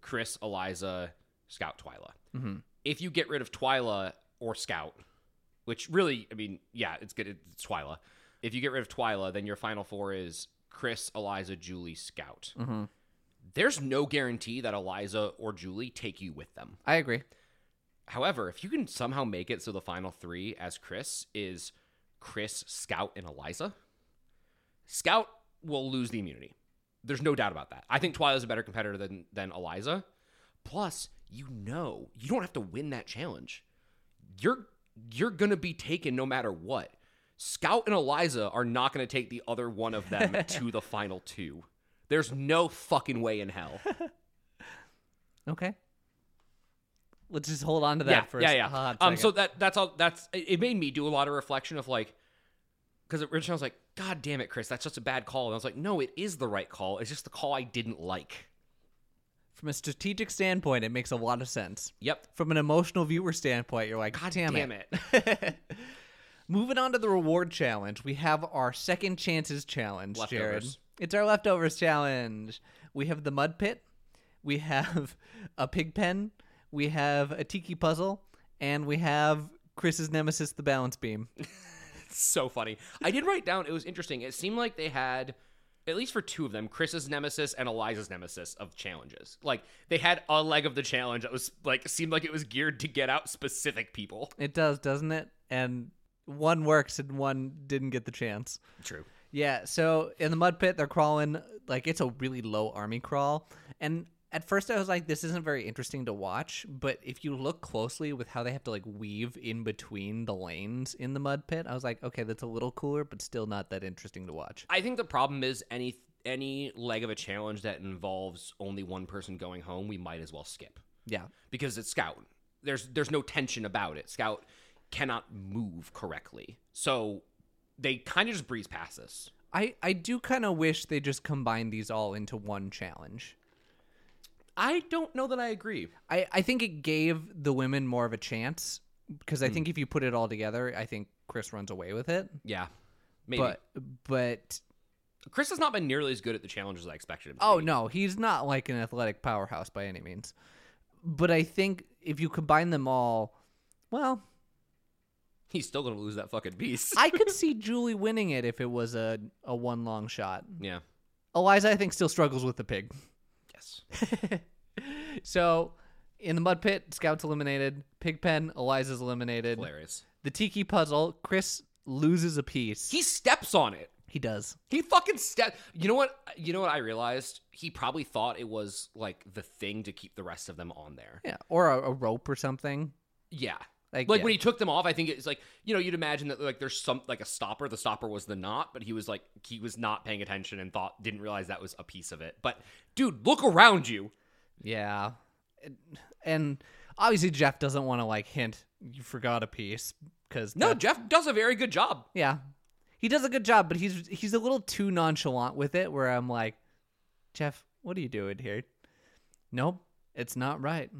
Speaker 2: Chris, Eliza, Scout, Twyla.
Speaker 1: Mhm.
Speaker 2: if you get rid of Twyla or Scout, which really, I mean, yeah, it's good. It's Twyla. If you get rid of Twyla, then your final four is Chris, Eliza, Julie, Scout.
Speaker 1: Mm-hmm.
Speaker 2: There's no guarantee that Eliza or Julie take you with them.
Speaker 1: I agree.
Speaker 2: However, if you can somehow make it so the final three as Chris is Chris, Scout, and Eliza, Scout will lose the immunity. There's no doubt about that. I think Twyla's a better competitor than than Eliza. Plus, you know, you don't have to win that challenge. You're you're gonna be taken no matter what. Scout and Eliza are not gonna take the other one of them to the final two. There's no fucking way in hell.
Speaker 1: Okay. Let's just hold on to that
Speaker 2: yeah,
Speaker 1: for
Speaker 2: yeah,
Speaker 1: a
Speaker 2: yeah.
Speaker 1: hot
Speaker 2: um, so
Speaker 1: second.
Speaker 2: that that's all. That's it it made me do a lot of reflection of like, because originally I was like, God damn it, Chris, that's just a bad call. And I was like, No, it is the right call. It's just the call I didn't like.
Speaker 1: From a strategic standpoint, it makes a lot of sense.
Speaker 2: Yep.
Speaker 1: From an emotional viewer standpoint, you're like, God damn,
Speaker 2: Damn
Speaker 1: it.
Speaker 2: it.
Speaker 1: Moving on to the reward challenge, we have our second chances challenge, Jared.
Speaker 2: Leftovers.
Speaker 1: It's our leftovers challenge. We have the mud pit, we have a pig pen, we have a tiki puzzle, and we have Chris's nemesis, the balance beam.
Speaker 2: so funny. I did write down. It was interesting. It seemed like they had, at least for two of them, Chris's nemesis and Eliza's nemesis of challenges. Like they had a leg of the challenge that was like seemed like it was geared to get out specific people.
Speaker 1: It does, doesn't it? And one works and one didn't get the chance.
Speaker 2: True.
Speaker 1: Yeah, so in the mud pit, they're crawling like it's a really low army crawl. And at first, I was like, this isn't very interesting to watch. But if you look closely with how they have to like weave in between the lanes in the mud pit, I was like, okay, that's a little cooler, but still not that interesting to watch.
Speaker 2: I think the problem is any any leg of a challenge that involves only one person going home, we might as well skip
Speaker 1: Yeah,
Speaker 2: because it's Scout. There's there's no tension about it. Scout cannot move correctly, so they kind of just breeze past this.
Speaker 1: I I do kind of wish they just combined these all into one challenge.
Speaker 2: I don't know that I agree.
Speaker 1: I, I think it gave the women more of a chance because I think if you put it all together, I think Chris runs away with it.
Speaker 2: Yeah, maybe
Speaker 1: But but
Speaker 2: Chris has not been nearly as good at the challenges I expected him. to
Speaker 1: oh
Speaker 2: be.
Speaker 1: no, he's not like an athletic powerhouse by any means. But I think if you combine them all, well,
Speaker 2: he's still gonna lose that fucking piece.
Speaker 1: I could see Julie winning it if it was a a one long shot.
Speaker 2: yeah.
Speaker 1: Eliza, I think, still struggles with the pig.
Speaker 2: Yes.
Speaker 1: So in the mud pit, Scout's eliminated. Pigpen, Eliza's eliminated.
Speaker 2: Hilarious.
Speaker 1: The tiki puzzle, Chris loses a piece.
Speaker 2: He steps on it.
Speaker 1: he does.
Speaker 2: He fucking stepped. You know what? You know what? I realized he probably thought it was like the thing to keep the rest of them on there.
Speaker 1: Yeah, or a, a rope or something.
Speaker 2: Yeah.
Speaker 1: Like,
Speaker 2: Like
Speaker 1: yeah.
Speaker 2: when he took them off, I think it's like you know you'd imagine that like there's some like a stopper. The stopper was the knot, but he was like he was not paying attention and thought didn't realize that was a piece of it. But dude, look around you.
Speaker 1: Yeah, and, and obviously Jeff doesn't want to like hint you forgot a piece because
Speaker 2: No, Jeff does a very good job.
Speaker 1: yeah, he does a good job, but he's he's a little too nonchalant with it. Where I'm like, Jeff, what are you doing here? Nope, it's not right.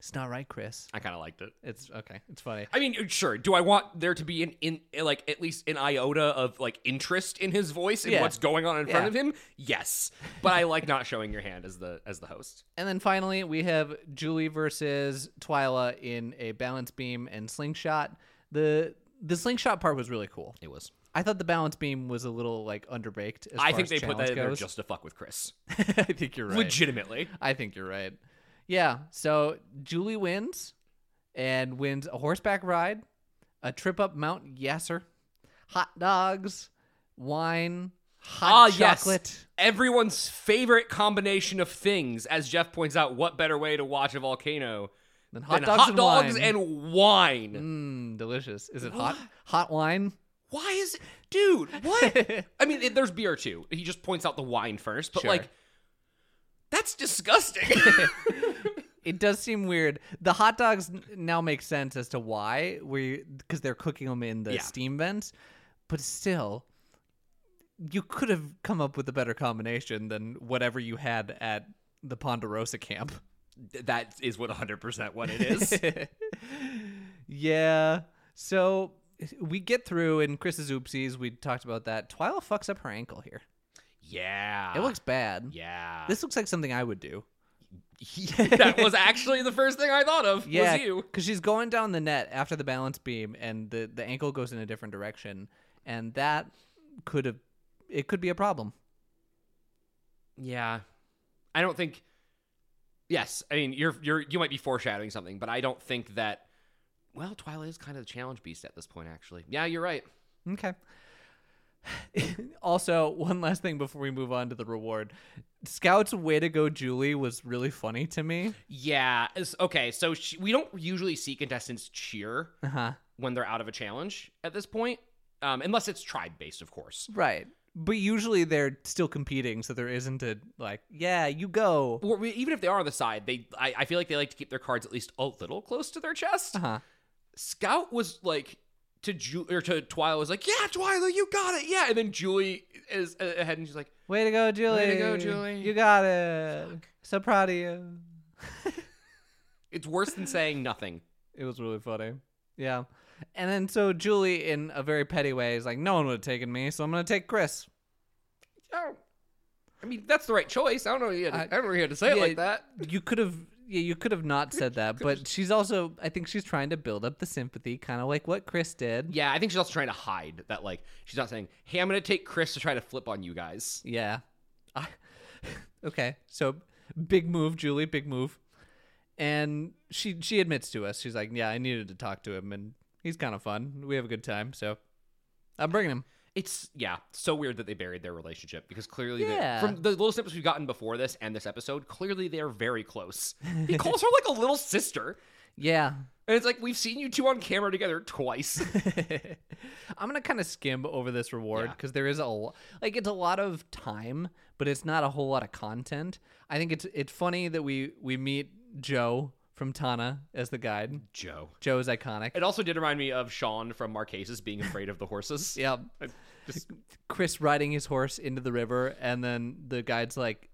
Speaker 1: It's not right, Chris.
Speaker 2: I kind of liked it.
Speaker 1: It's okay. It's funny.
Speaker 2: I mean, uh, sure. Do I want there to be an in eh, like at least an iota of like interest in his voice and
Speaker 1: Yeah.
Speaker 2: what's going on in front
Speaker 1: Yeah.
Speaker 2: of him? Yes, but I like not showing your hand as the as the host.
Speaker 1: And then finally, we have Julie versus Twyla in a balance beam and slingshot. The the slingshot part was really cool.
Speaker 2: It was.
Speaker 1: I thought the balance beam was a little like underbaked. As
Speaker 2: I
Speaker 1: far
Speaker 2: think
Speaker 1: as
Speaker 2: they put that
Speaker 1: challenge
Speaker 2: in there
Speaker 1: goes.
Speaker 2: just to fuck with Chris.
Speaker 1: I think you're right.
Speaker 2: Legitimately,
Speaker 1: I think you're right. Yeah. So Julie wins and wins a horseback ride, a trip up Mount Yasser, hot dogs, wine,
Speaker 2: Ah,
Speaker 1: hot
Speaker 2: yes.
Speaker 1: chocolate.
Speaker 2: everyone's favorite combination of things, as Jeff points out, what better way to watch a volcano
Speaker 1: Then hot
Speaker 2: than
Speaker 1: dogs
Speaker 2: hot
Speaker 1: and
Speaker 2: dogs
Speaker 1: wine.
Speaker 2: and wine?
Speaker 1: Mm, delicious. Is it hot? Hot wine?
Speaker 2: Why is it, dude? What? I mean, it, there's beer too. He just points out the wine first, but
Speaker 1: Sure.
Speaker 2: like, that's disgusting.
Speaker 1: It does seem weird. The hot dogs n- now make sense as to why, we because they're cooking them in the
Speaker 2: Yeah.
Speaker 1: steam vents. But still, you could have come up with a better combination than whatever you had at the Ponderosa camp.
Speaker 2: Th- that is what 100% what it is.
Speaker 1: yeah. So we get through, and Chris's oopsies. We talked about that. Twyla fucks up her ankle here.
Speaker 2: yeah.
Speaker 1: It looks bad.
Speaker 2: Ah. Yeah.
Speaker 1: This looks like something I would do.
Speaker 2: that was actually the first thing I thought of.
Speaker 1: yeah,
Speaker 2: was you.
Speaker 1: because she's going down the net after the balance beam, and the the ankle goes in a different direction, and that could have it could be a problem.
Speaker 2: Yeah, I don't think. Yes, I mean you're you're you might be foreshadowing something, but I don't think that. Well, Twilight is kind of the challenge beast at this point, actually. Yeah, you're right.
Speaker 1: Okay. also, one last thing before we move on to the reward. Scout's way to go, Julie, was really funny to me.
Speaker 2: Yeah. it's- Okay. So she, we don't usually see contestants cheer
Speaker 1: Uh huh.
Speaker 2: when they're out of a challenge at this point, um, unless it's tribe based, of course.
Speaker 1: Right. But usually they're still competing, so there isn't a, like, yeah, you go.
Speaker 2: Or we, even if they are on the side, they I, I feel like they like to keep their cards at least a little close to their chest.
Speaker 1: Uh huh.
Speaker 2: Scout was like to Ju- or to Twyla was like, "Yeah, Twyla, you got it, yeah." And then Julie is uh, ahead and she's like,
Speaker 1: Way to go, Julie.
Speaker 2: Way to go, Julie.
Speaker 1: You got it. So proud of you.
Speaker 2: "It's worse than saying nothing."
Speaker 1: It was really funny. Yeah. And then so Julie, in a very petty way, is like, no one would have taken me, so I'm going to take Chris.
Speaker 2: Oh, I mean that's the right choice. I don't know. You had, I,
Speaker 1: I-
Speaker 2: don't know you had to say it
Speaker 1: Yeah,
Speaker 2: like that.
Speaker 1: You could have, yeah, you could have not said that. But she's also, I think she's trying to build up the sympathy, kind of like what Chris did.
Speaker 2: Yeah, I think she's also trying to hide that like she's not saying, "Hey, I'm gonna take Chris to try to flip on you guys."
Speaker 1: Yeah. I, okay. So big move, Julie. Big move. And she she admits to us. She's like, yeah, I needed to talk to him, and he's kind of fun. We have a good time, so I'm bringing him.
Speaker 2: It's yeah, so weird that they buried their relationship because clearly, they-
Speaker 1: Yeah.
Speaker 2: from the little snippets we've gotten before this and this episode, clearly they are very close. He calls her like a little sister.
Speaker 1: Yeah.
Speaker 2: And it's like we've seen you two on camera together twice.
Speaker 1: I'm gonna kind of skim over this reward
Speaker 2: Yeah.
Speaker 1: because there is a lo- like it's a lot of time, but it's not a whole lot of content. I think it's it's funny that we we meet Joe from Tana as the guide.
Speaker 2: Joe.
Speaker 1: Joe is iconic.
Speaker 2: It also did remind me of Sean from Marquesas being afraid of the horses.
Speaker 1: Yeah,
Speaker 2: Just-
Speaker 1: Chris riding his horse into the river, and then the guide's like,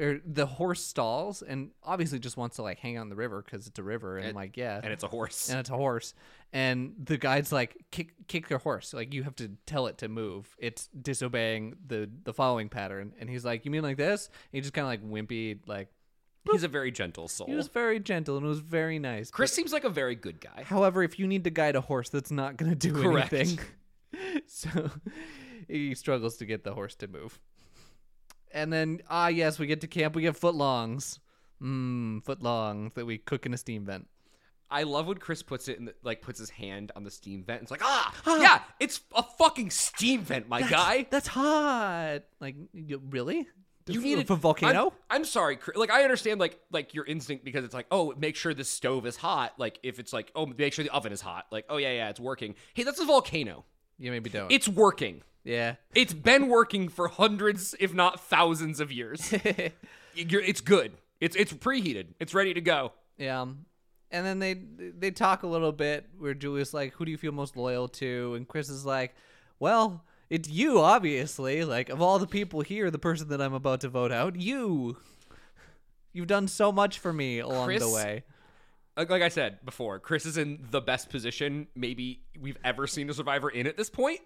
Speaker 1: or the horse stalls, and obviously just wants to like hang out in the river because it's a river, and I'm like yeah,
Speaker 2: and it's a horse.
Speaker 1: and it's a horse. And the guide's like, kick kick your horse. Like you have to tell it to move. It's disobeying the the following pattern. And he's like, You mean like this? And he just kinda like wimpy like
Speaker 2: He's a very gentle soul.
Speaker 1: he was very gentle and it was very nice.
Speaker 2: Chris seems like a very good guy.
Speaker 1: However, if you need to guide a horse that's not gonna do
Speaker 2: Correct.
Speaker 1: anything. so he struggles to get the horse to move. And then ah yes, we get to camp, we get footlongs. Mmm, footlongs that we cook in a steam vent.
Speaker 2: I love when Chris puts it in the, like puts his hand on the steam vent. And it's like, ah, yeah, it's a fucking steam vent, my guy.
Speaker 1: That's hot. Like y- really?
Speaker 2: You
Speaker 1: F-
Speaker 2: need
Speaker 1: for volcano?
Speaker 2: I'm, I'm sorry, Chris. like I understand like like your instinct because it's like, oh, make sure the stove is hot. Like if it's like, oh, make sure the oven is hot. Like, oh yeah, yeah, it's working. Hey, that's a volcano.
Speaker 1: Yeah, maybe don't.
Speaker 2: It's working.
Speaker 1: yeah.
Speaker 2: It's been working for hundreds, if not thousands, of years. You're- it's good. It's it's preheated. It's ready to go.
Speaker 1: yeah. um, And then they they talk a little bit where Julia's like, "Who do you feel most loyal to?" And Chris is like, "Well, it's you, obviously. Like of all the people here, the person that I'm about to vote out, you. You've done so much for me along the
Speaker 2: Chris-
Speaker 1: way."
Speaker 2: Like, like I said before, Chris is in the best position maybe we've ever seen a survivor in at this point,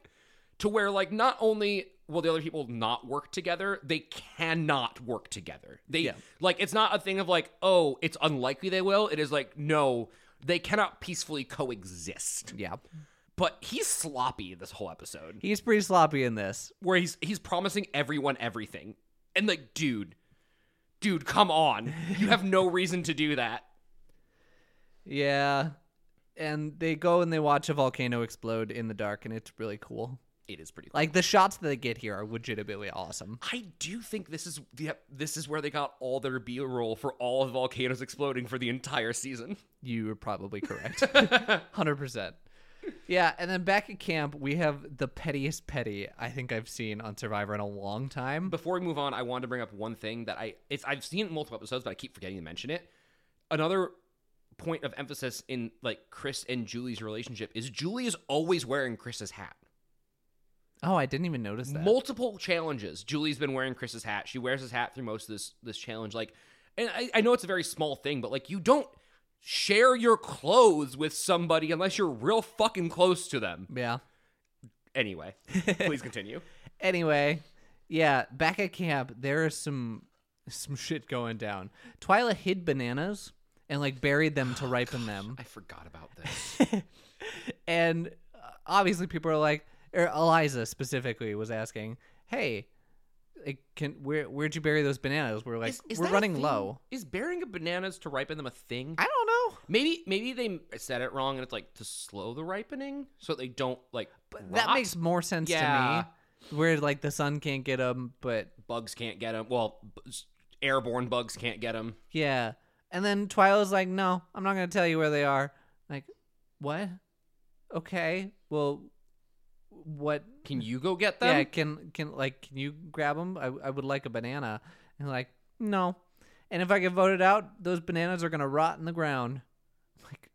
Speaker 2: to where like not only will the other people not work together, they cannot work together. They
Speaker 1: Yeah.
Speaker 2: like it's not a thing of like, oh, it's unlikely they will. It is like, no, they cannot peacefully coexist.
Speaker 1: Yeah.
Speaker 2: But he's sloppy this whole episode.
Speaker 1: He's pretty sloppy in this.
Speaker 2: where he's he's promising everyone everything. And like, dude, dude, come on. You have no reason to do that.
Speaker 1: Yeah. And they go and they watch a volcano explode in the dark and it's really cool.
Speaker 2: It is pretty cool.
Speaker 1: Like the shots that they get here are legitimately awesome.
Speaker 2: I do think this is the this is where they got all their B roll for all of the volcanoes exploding for the entire season.
Speaker 1: You were probably correct. 100%. Yeah, and then back at camp, we have the pettiest petty I think I've seen on Survivor in a long time.
Speaker 2: Before we move on, I wanted to bring up one thing that I it's I've seen it in multiple episodes, but I keep forgetting to mention it. Another point of emphasis in like Chris and Julie's relationship is Julie is always wearing Chris's hat.
Speaker 1: oh, I didn't even notice that.
Speaker 2: multiple challenges. Julie's been wearing Chris's hat. She wears his hat through most of this this challenge. Like, and I, I know it's a very small thing, but like you don't share your clothes with somebody unless you're real fucking close to them.
Speaker 1: yeah.
Speaker 2: Anyway, please continue.
Speaker 1: Anyway, yeah, back at camp, there are some some shit going down. Twyla hid bananas and like buried them to ripen them.
Speaker 2: I forgot about this.
Speaker 1: and uh, obviously people are like or Eliza specifically was asking, "Hey, like, can where where'd you bury those bananas?" We're like, "We're running low."
Speaker 2: Is burying a bananas to ripen them a thing?
Speaker 1: I don't know.
Speaker 2: Maybe maybe they said it wrong and it's like to slow the ripening so they don't like
Speaker 1: But that
Speaker 2: rot.
Speaker 1: makes more sense
Speaker 2: Yeah.
Speaker 1: to me. Where like the sun can't get them, but
Speaker 2: bugs can't get them. Well, b- airborne bugs can't get them.
Speaker 1: yeah. And then Twyla's like, "No, I'm not gonna tell you where they are." Like, what? Okay, well, what?
Speaker 2: Can you go get them?
Speaker 1: Yeah, can can like can you grab them? I I would like a banana. And like, no. And if I get voted out, those bananas are gonna rot in the ground. I'm like,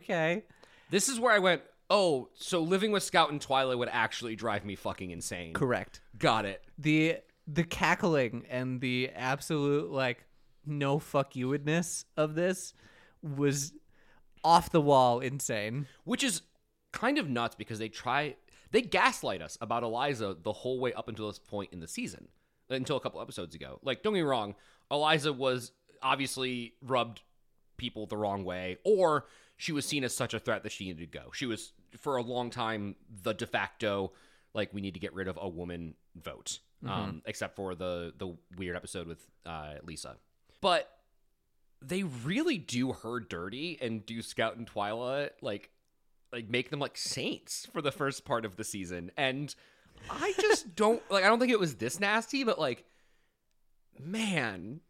Speaker 1: okay.
Speaker 2: This is where I went. Oh, so living with Scout and Twilight would actually drive me fucking insane.
Speaker 1: Correct.
Speaker 2: Got it.
Speaker 1: The the cackling and the absolute like no fuck you-ness of this was off the wall insane.
Speaker 2: Which is kind of nuts because they try they gaslight us about Eliza the whole way up until this point in the season, until a couple episodes ago. Like, don't get me wrong, Eliza was obviously rubbed people the wrong way, or she was seen as such a threat that she needed to go. She was for a long time the de facto like we need to get rid of a woman vote, um, except for the the weird episode with uh, Lisa. But they really do her dirty and do Scout and Twyla like like make them like saints for the first part of the season. And I just don't like I don't think it was this nasty, but like man,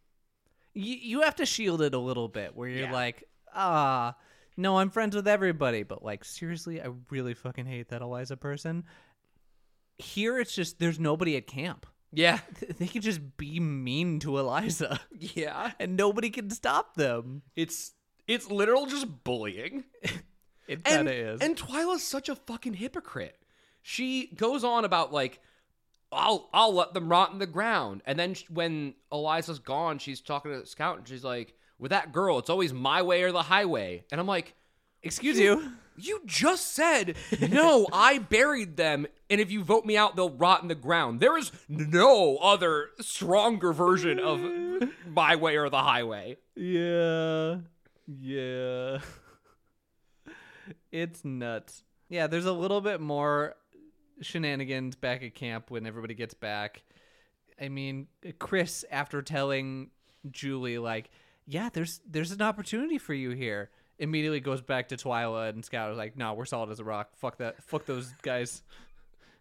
Speaker 1: You you have to shield it a little bit where you're
Speaker 2: Yeah.
Speaker 1: like, ah, no, I'm friends with everybody, but like seriously, I really fucking hate that Eliza person. Here it's just there's nobody at camp.
Speaker 2: yeah.
Speaker 1: They can just be mean to Eliza
Speaker 2: Yeah.
Speaker 1: and nobody can stop them.
Speaker 2: It's it's literal just bullying.
Speaker 1: It
Speaker 2: And
Speaker 1: kinda is.
Speaker 2: and Twyla's such a fucking hypocrite. She goes on about like I'll I'll let them rot in the ground. And then sh- when Eliza's gone, she's talking to Scout and she's like, "With that girl, it's always my way or the highway." And I'm like,
Speaker 1: Excuse you.
Speaker 2: You just said, no, I buried them, and if you vote me out, they'll rot in the ground. There is no other stronger version of my way or the highway.
Speaker 1: Yeah. Yeah. it's nuts. Yeah, there's a little bit more shenanigans back at camp when everybody gets back. I mean, Chris after telling Julie like, "Yeah, there's there's an opportunity for you here." Immediately goes back to Twyla and Scout is like, "No, we're solid as a rock. Fuck that. Fuck those guys.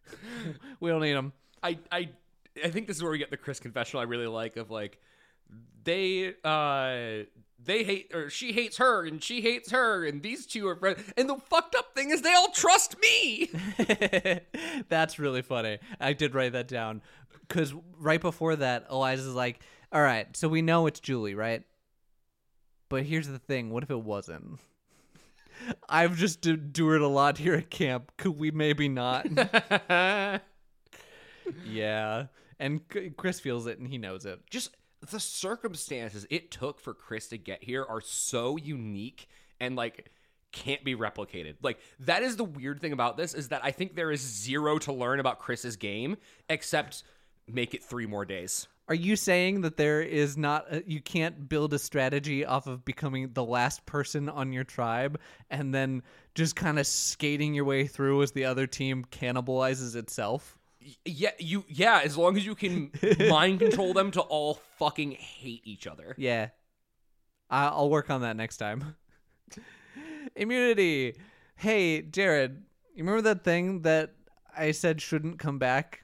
Speaker 1: we don't need them."
Speaker 2: I, I, I think this is where we get the Chris confessional I really like of like, they, uh, they hate, or she hates her, and she hates her, and these two are friends. And the fucked up thing is they all trust me.
Speaker 1: That's really funny. I did write that down because right before that, Eliza's like, "All right, so we know it's Julie, right? But here's the thing: what if it wasn't?" I've just endured a lot here at camp. Could we maybe not? yeah. And C- Chris feels it and he knows it.
Speaker 2: just the circumstances it took for Chris to get here are so unique and like can't be replicated. Like that is the weird thing about this is that I think there is zero to learn about Chris's game except make it 3 more days.
Speaker 1: Are you saying that there is not, a, you can't build a strategy off of becoming the last person on your tribe and then just kind of skating your way through as the other team cannibalizes itself?
Speaker 2: Y- Yeah, you yeah, as long as you can mind control them to all fucking hate each other.
Speaker 1: Yeah. I- I'll work on that next time. Immunity. Hey, Jared, you remember that thing that I said shouldn't come back?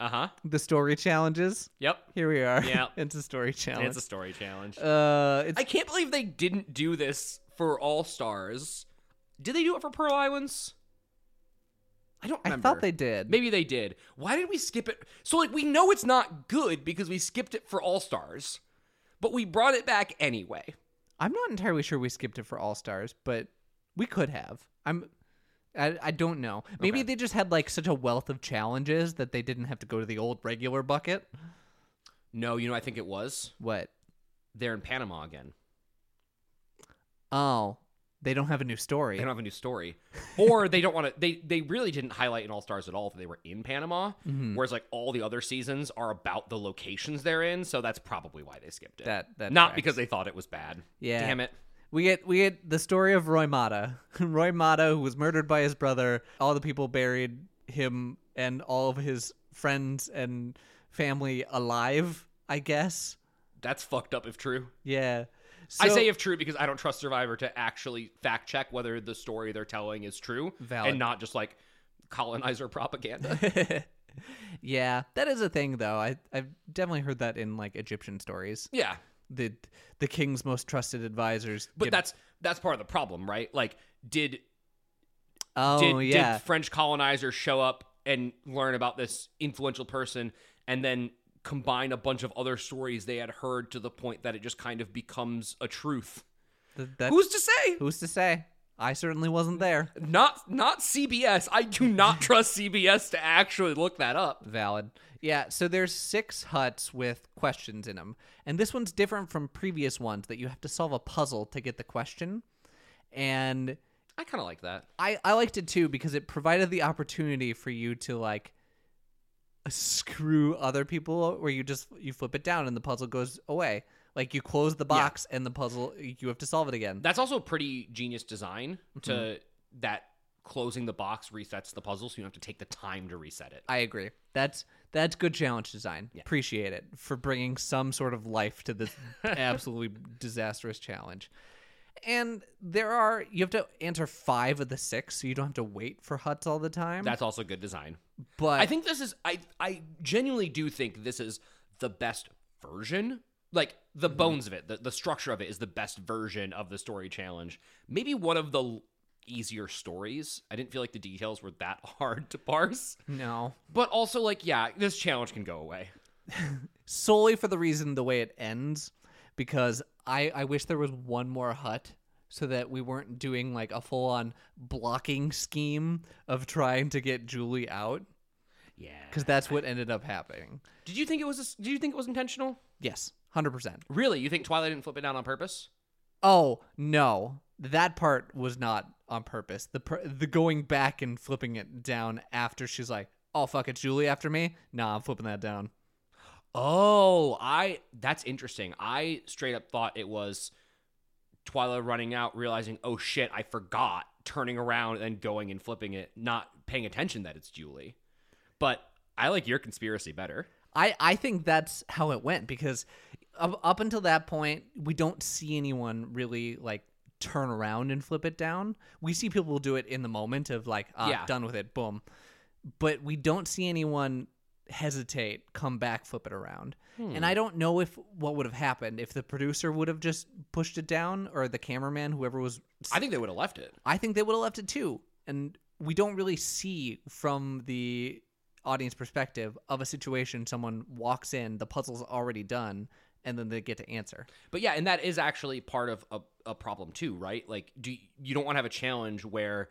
Speaker 2: Uh-huh.
Speaker 1: The story challenges?
Speaker 2: Yep.
Speaker 1: Here we are.
Speaker 2: Yeah.
Speaker 1: it's a story challenge.
Speaker 2: It's a story challenge.
Speaker 1: uh, it's
Speaker 2: I can't believe they didn't do this for All Stars. Did they do it for Pearl Islands? I don't
Speaker 1: I
Speaker 2: remember.
Speaker 1: thought they did.
Speaker 2: Maybe they did. Why did we skip it? So like we know it's not good because we skipped it for All Stars, but we brought it back anyway.
Speaker 1: I'm not entirely sure we skipped it for All Stars, but we could have. I'm. I, I don't know. Maybe
Speaker 2: Okay.
Speaker 1: they just had like such a wealth of challenges that they didn't have to go to the old regular bucket.
Speaker 2: No, you know I think it was.
Speaker 1: What?
Speaker 2: They're in Panama again.
Speaker 1: Oh, they don't have a new story.
Speaker 2: They don't have a new story, or they don't want to. They they really didn't highlight an all stars at all if they were in Panama.
Speaker 1: Mm-hmm.
Speaker 2: Whereas like all the other seasons are about the locations they're in, so that's probably why they skipped it.
Speaker 1: That- that
Speaker 2: not
Speaker 1: tracks.
Speaker 2: because they thought it was bad.
Speaker 1: Yeah.
Speaker 2: damn it.
Speaker 1: We get we get the story of Roy Mata. Roy Mata, who was murdered by his brother. All the people buried him and all of his friends and family alive. I guess.
Speaker 2: That's fucked up if true.
Speaker 1: Yeah.
Speaker 2: I
Speaker 1: So-
Speaker 2: say if true because I don't trust Survivor to actually fact check whether the story they're telling is true
Speaker 1: Valid.
Speaker 2: and not just like colonizer propaganda.
Speaker 1: yeah, that is a thing though. I I've definitely heard that in like Egyptian stories.
Speaker 2: yeah.
Speaker 1: The the king's most trusted advisors.
Speaker 2: But
Speaker 1: give-
Speaker 2: that's that's part of the problem, right? Like did
Speaker 1: oh
Speaker 2: did,
Speaker 1: yeah
Speaker 2: did French colonizers show up and learn about this influential person and then combine a bunch of other stories they had heard to the point that it just kind of becomes a truth?
Speaker 1: Th- that-
Speaker 2: Who's to say?
Speaker 1: who's to say? I certainly wasn't there.
Speaker 2: Not not CBS. I do not trust CBS to actually look that up.
Speaker 1: Valid. Yeah, so there's six huts with questions in them. And this one's different from previous ones that you have to solve a puzzle to get the question. And
Speaker 2: I kind of like that.
Speaker 1: I, I liked it too because it provided the opportunity for you to like screw other people where you just you flip it down and the puzzle goes away. Like you close the box and the puzzle you have to solve it again.
Speaker 2: That's also pretty genius design to that closing the box resets the puzzle so you don't have to take the time to reset it.
Speaker 1: I agree. That's that's good challenge design. Appreciate it for bringing some sort of life to this absolutely disastrous challenge. And there are you have to answer five of the six, so you don't have to wait for huts all the time.
Speaker 2: That's also good design.
Speaker 1: but
Speaker 2: I think this is I I genuinely do think this is the best version. Like the bones of it, the, the structure of it is the best version of the story challenge. Maybe one of the l- easier stories. I didn't feel like the details were that hard to parse.
Speaker 1: no,
Speaker 2: But also like yeah, this challenge can go away.
Speaker 1: solely for the reason the way it ends, because I I wish there was one more hut so that we weren't doing like a full on blocking scheme of trying to get Julie out,
Speaker 2: Yeah.
Speaker 1: because that's what ended up happening.
Speaker 2: Did you think it was a s did you think it was intentional?
Speaker 1: Yes, hundred percent.
Speaker 2: Really? You think Twilight didn't flip it down on purpose?
Speaker 1: Oh no, that part was not on purpose. The per- the going back and flipping it down after she's like, "Oh fuck it, Julie after me." Nah, I'm flipping that down.
Speaker 2: Oh, I that's interesting. I straight up thought it was Twyla running out, realizing, oh shit, I forgot, turning around and going and flipping it, not paying attention that it's Julie. But I like your conspiracy better.
Speaker 1: I I think that's how it went because up, up until that point, we don't see anyone really like turn around and flip it down. We see people do it in the moment of like, "Ah,
Speaker 2: Yeah.
Speaker 1: done with it, boom," but we don't see anyone hesitate, come back, flip it around.
Speaker 2: Hmm.
Speaker 1: And I don't know if what would have happened if the producer would have just pushed it down or the cameraman, whoever was.
Speaker 2: I think they would have left it.
Speaker 1: I think they would have left it too. And we don't really see from the audience perspective of a situation someone walks in, the puzzle's already done, and then they get to answer.
Speaker 2: But yeah, and that is actually part of a, a problem too, right? Like, do you, you don't want to have a challenge where,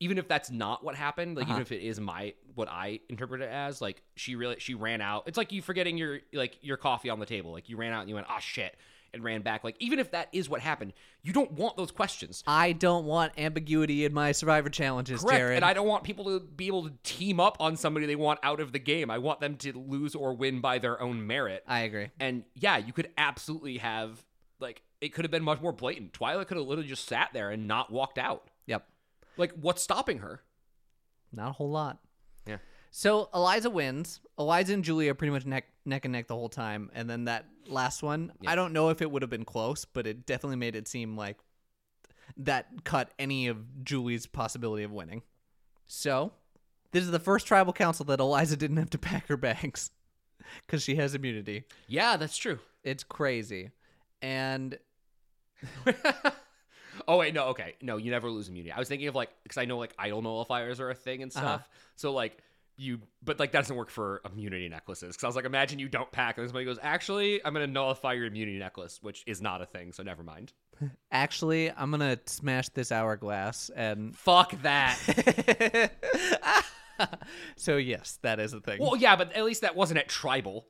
Speaker 2: even if that's not what happened, like
Speaker 1: Uh-huh.
Speaker 2: even if it is my what I interpret it as, like she really she ran out. It's like you forgetting your like your coffee on the table. Like you ran out and you went ah shit and ran back. Like even if that is what happened, you don't want those questions.
Speaker 1: I don't want ambiguity in my survivor challenges,
Speaker 2: Correct,
Speaker 1: Jared.
Speaker 2: and I don't want people to be able to team up on somebody they want out of the game. I want them to lose or win by their own merit.
Speaker 1: I agree.
Speaker 2: And yeah, you could absolutely have like it could have been much more blatant. Twilight could have literally just sat there and not walked out.
Speaker 1: Yep.
Speaker 2: Like what's stopping her?
Speaker 1: Not a whole lot.
Speaker 2: Yeah.
Speaker 1: So Eliza wins. Eliza and Julie are pretty much neck neck and neck the whole time, and then that last one, I don't know if it would have been close, but it definitely made it seem like that cut any of Julie's possibility of winning. So this is the first tribal council that Eliza didn't have to pack her bags because she has immunity.
Speaker 2: Yeah, that's true.
Speaker 1: It's crazy, and
Speaker 2: oh wait, no, okay. No, you never lose immunity. I was thinking of like cuz I know like idol nullifiers are a thing and stuff. So like you but like that doesn't work for immunity necklaces cuz I was like imagine you don't pack and then somebody goes, "Actually, I'm going to nullify your immunity necklace," which is not a thing, so never mind.
Speaker 1: actually, I'm gonna smash this hourglass and.
Speaker 2: Fuck that.
Speaker 1: so yes, that is a thing.
Speaker 2: well, yeah, but at least that wasn't at tribal.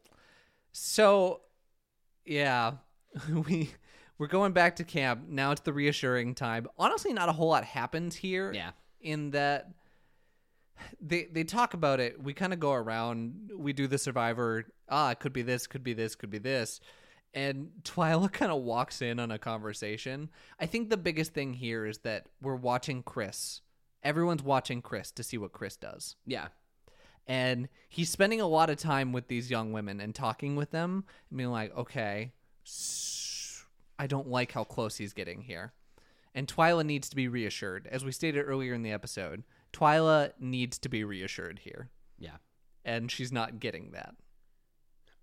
Speaker 1: So, yeah, we We're going back to camp. Now it's the reassuring time. Honestly, not a whole lot happens here.
Speaker 2: Yeah.
Speaker 1: In that they they talk about it. We kind of go around. We do the survivor. Ah, it could be this, could be this, could be this. And Twyla kind of walks in on a conversation. I think the biggest thing here is that we're watching Chris. Everyone's watching Chris to see what Chris does
Speaker 2: Yeah.
Speaker 1: and he's spending a lot of time with these young women and talking with them and being like okay s- i don't like how close he's getting here and twyla needs to be reassured as we stated earlier in the episode twyla needs to be reassured here
Speaker 2: Yeah.
Speaker 1: and she's not getting that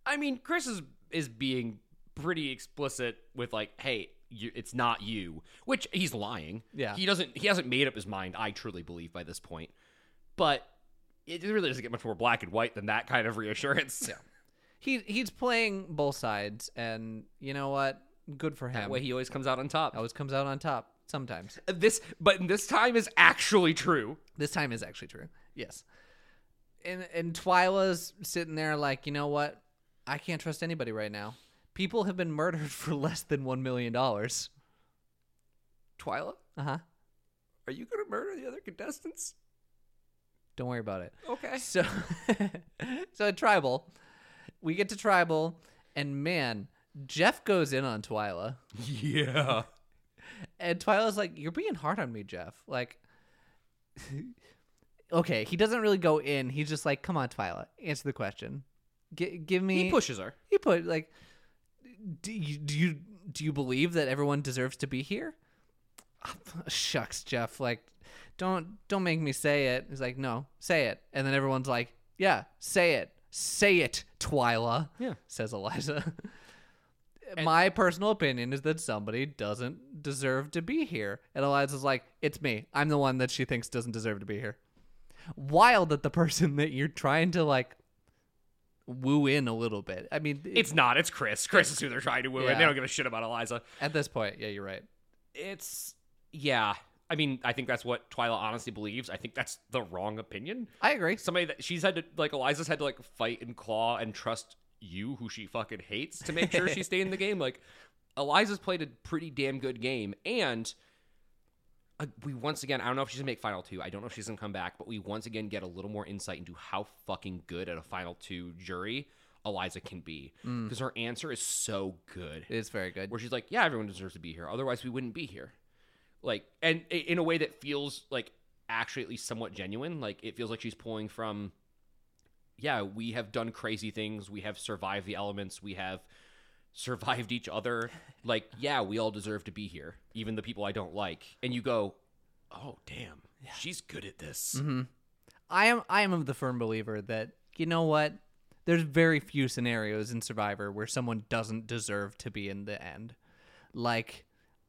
Speaker 2: I mean, Chris is is being pretty explicit with like, hey, you, it's not you, which he's lying.
Speaker 1: Yeah.
Speaker 2: he doesn't. He hasn't made up his mind. I truly believe by this point, but it really doesn't get much more black and white than that kind of reassurance. Yeah.
Speaker 1: he he's playing both sides and you know what good for him
Speaker 2: That way, he always comes out on top. Uh,
Speaker 1: always comes out on top sometimes
Speaker 2: This, but this time is actually true.
Speaker 1: This time is actually true. Yes. And and Twyla's sitting there like, you know what? I can't trust anybody right now. People have been murdered for less than one million dollars.
Speaker 2: Twyla,
Speaker 1: Uh huh.
Speaker 2: are you going to murder the other contestants?
Speaker 1: Don't worry about it.
Speaker 2: Okay.
Speaker 1: So so at tribal, we get to tribal, and man, Jeff goes in on Twyla.
Speaker 2: Yeah.
Speaker 1: And Twyla's like, You're being hard on me, Jeff. Like, okay, he doesn't really go in. He's just like, Come on, Twyla, answer the question. G- give me.
Speaker 2: He pushes her.
Speaker 1: He put like, do you do you do you believe that everyone deserves to be here? Shucks, Jeff. Like, don't don't make me say it. He's like, no, say it. And then everyone's like, yeah, say it, say it, Twyla.
Speaker 2: Yeah.
Speaker 1: says Eliza. My personal opinion is that somebody doesn't deserve to be here. And Eliza's like, it's me. I'm the one that she thinks doesn't deserve to be here. Wild that the person that you're trying to like woo in a little bit. I mean,
Speaker 2: It's not. It's Chris. Chris is who they're trying to woo, and
Speaker 1: Yeah.
Speaker 2: they don't give a shit about Eliza.
Speaker 1: at this point, yeah, you're right.
Speaker 2: it's yeah i mean i think that's what twyla honestly believes i think that's the wrong opinion
Speaker 1: I agree.
Speaker 2: somebody that she's had to like eliza's had to like fight and claw and trust you who she fucking hates to make sure she stay in the game like eliza's played a pretty damn good game and uh, we once again i don't know if she's gonna make final two i don't know if she's gonna come back but we once again get a little more insight into how fucking good at a final two jury eliza can be because her answer is so good
Speaker 1: It is very good.
Speaker 2: where she's like, "Yeah, everyone deserves to be here. Otherwise, we wouldn't be here." Like, and i- in a way that feels like actually at least somewhat genuine. Like, it feels like she's pulling from, "Yeah, we have done crazy things. We have survived the elements. We have survived each other. Like, yeah, we all deserve to be here, even the people I don't like." And you go, "Oh, damn, she's good at this."
Speaker 1: I am I am of the firm believer that you know what? There's very few scenarios in Survivor where someone doesn't deserve to be in the end. Like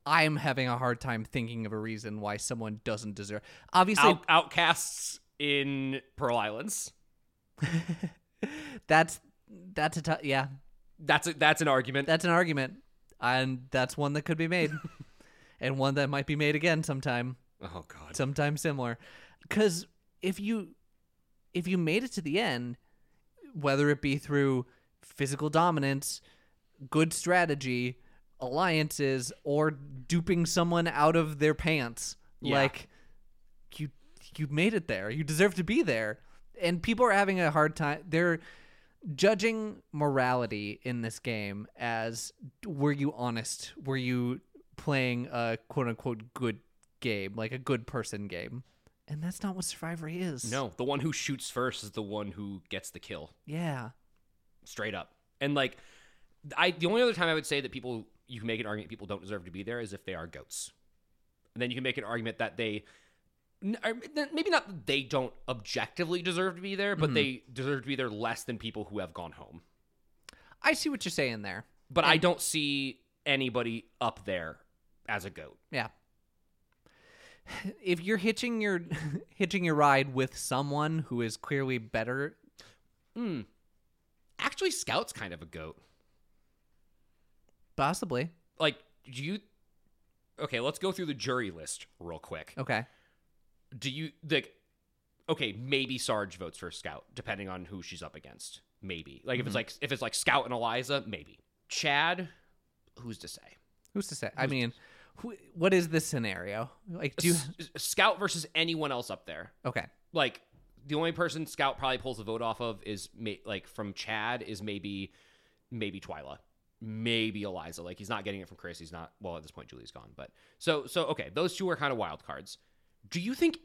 Speaker 1: I am having a hard time thinking of a reason why someone doesn't deserve. Obviously,
Speaker 2: Out- outcasts in Pearl Islands.
Speaker 1: that's that's a t- yeah,
Speaker 2: That's a, that's an argument.
Speaker 1: that's an argument, and that's one that could be made, and one that might be made again sometime.
Speaker 2: oh God.
Speaker 1: sometimes similar because if you if you made it to the end whether it be through physical dominance good strategy alliances or duping someone out of their pants
Speaker 2: Yeah.
Speaker 1: like you you made it there you deserve to be there and people are having a hard time they're judging morality in this game as were you honest were you playing a quote unquote good game like a good person game and that's not what survivor is
Speaker 2: No, the one who shoots first is the one who gets the kill,
Speaker 1: yeah
Speaker 2: straight up. And like, I the only other time I would say that people you can make an argument people don't deserve to be there is if they are goats, and then you can make an argument that they. n- or that Maybe not that they don't objectively deserve to be there, but they deserve to be there less than people who have gone home.
Speaker 1: i see what you're saying there
Speaker 2: But I don't see anybody up there as a goat.
Speaker 1: yeah if you're hitching your hitching your ride with someone who is clearly better
Speaker 2: Actually, Scout's kind of a goat.
Speaker 1: possibly
Speaker 2: Like, do you. Okay, let's go through the jury list real quick.
Speaker 1: okay
Speaker 2: do you like okay maybe sarge votes for scout depending on who she's up against
Speaker 1: Mm-hmm.
Speaker 2: maybe like if it's like if it's like scout and eliza maybe chad who's to say
Speaker 1: Who's to say? I mean, who, what is this scenario? Like, do you,
Speaker 2: S- Scout versus anyone else up there.
Speaker 1: okay?
Speaker 2: Like the only person Scout probably pulls a vote off of is ma- like from Chad is maybe maybe Twyla, maybe Eliza. Like he's not getting it from Chris. He's not well at this point. Julie's gone, but so so okay. Those two are kind of wild cards. Do you think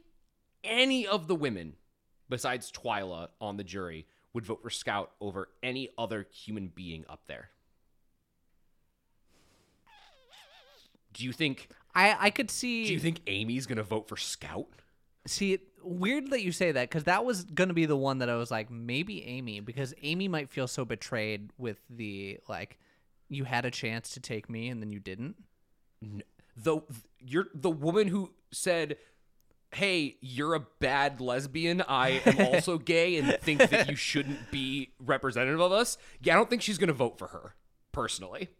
Speaker 2: any of the women besides Twyla on the jury would vote for Scout over any other human being up there? Do you think
Speaker 1: I I could see.
Speaker 2: do you think Amy's gonna vote for Scout?
Speaker 1: See, it- weird that you say that because that was going to be the one that I was like, maybe Amy, because Amy might feel so betrayed with the like, you had a chance to take me and then you didn't.
Speaker 2: The you're the woman who said, "Hey, you're a bad lesbian. I am also gay and think that you shouldn't be representative of us." Yeah, I don't think she's gonna vote for her personally.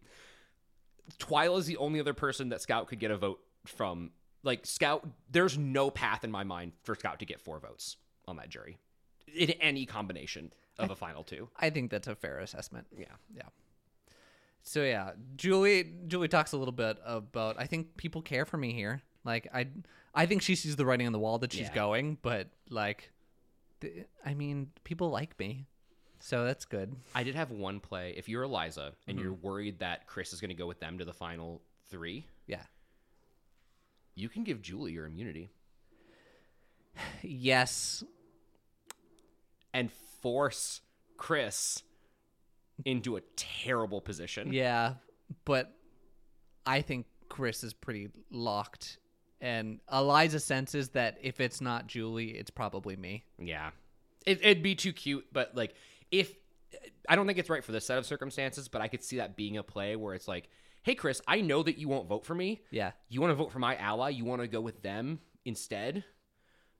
Speaker 2: Twyla's the only other person that Scout could get a vote from. Like Scout, there's no path in my mind for Scout to get four votes on that jury in any combination of a final two.
Speaker 1: I think that's a fair assessment.
Speaker 2: Yeah.
Speaker 1: Yeah. So yeah, Julie Julie talks a little bit about I think people care for me here. Like I I think she sees the writing on the wall that she's
Speaker 2: Yeah.
Speaker 1: going, but like th- I mean, people like me. So that's good.
Speaker 2: I did have one play. If you're Eliza and you're worried that Chris is going to go with them to the final three,
Speaker 1: Yeah.
Speaker 2: you can give Julie your immunity
Speaker 1: Yes.
Speaker 2: and force Chris into a terrible position.
Speaker 1: Yeah, but I think Chris is pretty locked, and Eliza senses that if it's not Julie, it's probably me.
Speaker 2: Yeah. It, it'd be too cute, but like, if I don't think it's right for this set of circumstances, but I could see that being a play where it's like, hey, Chris, I know that you won't vote for me.
Speaker 1: Yeah,
Speaker 2: You want to vote for my ally? You want to go with them instead?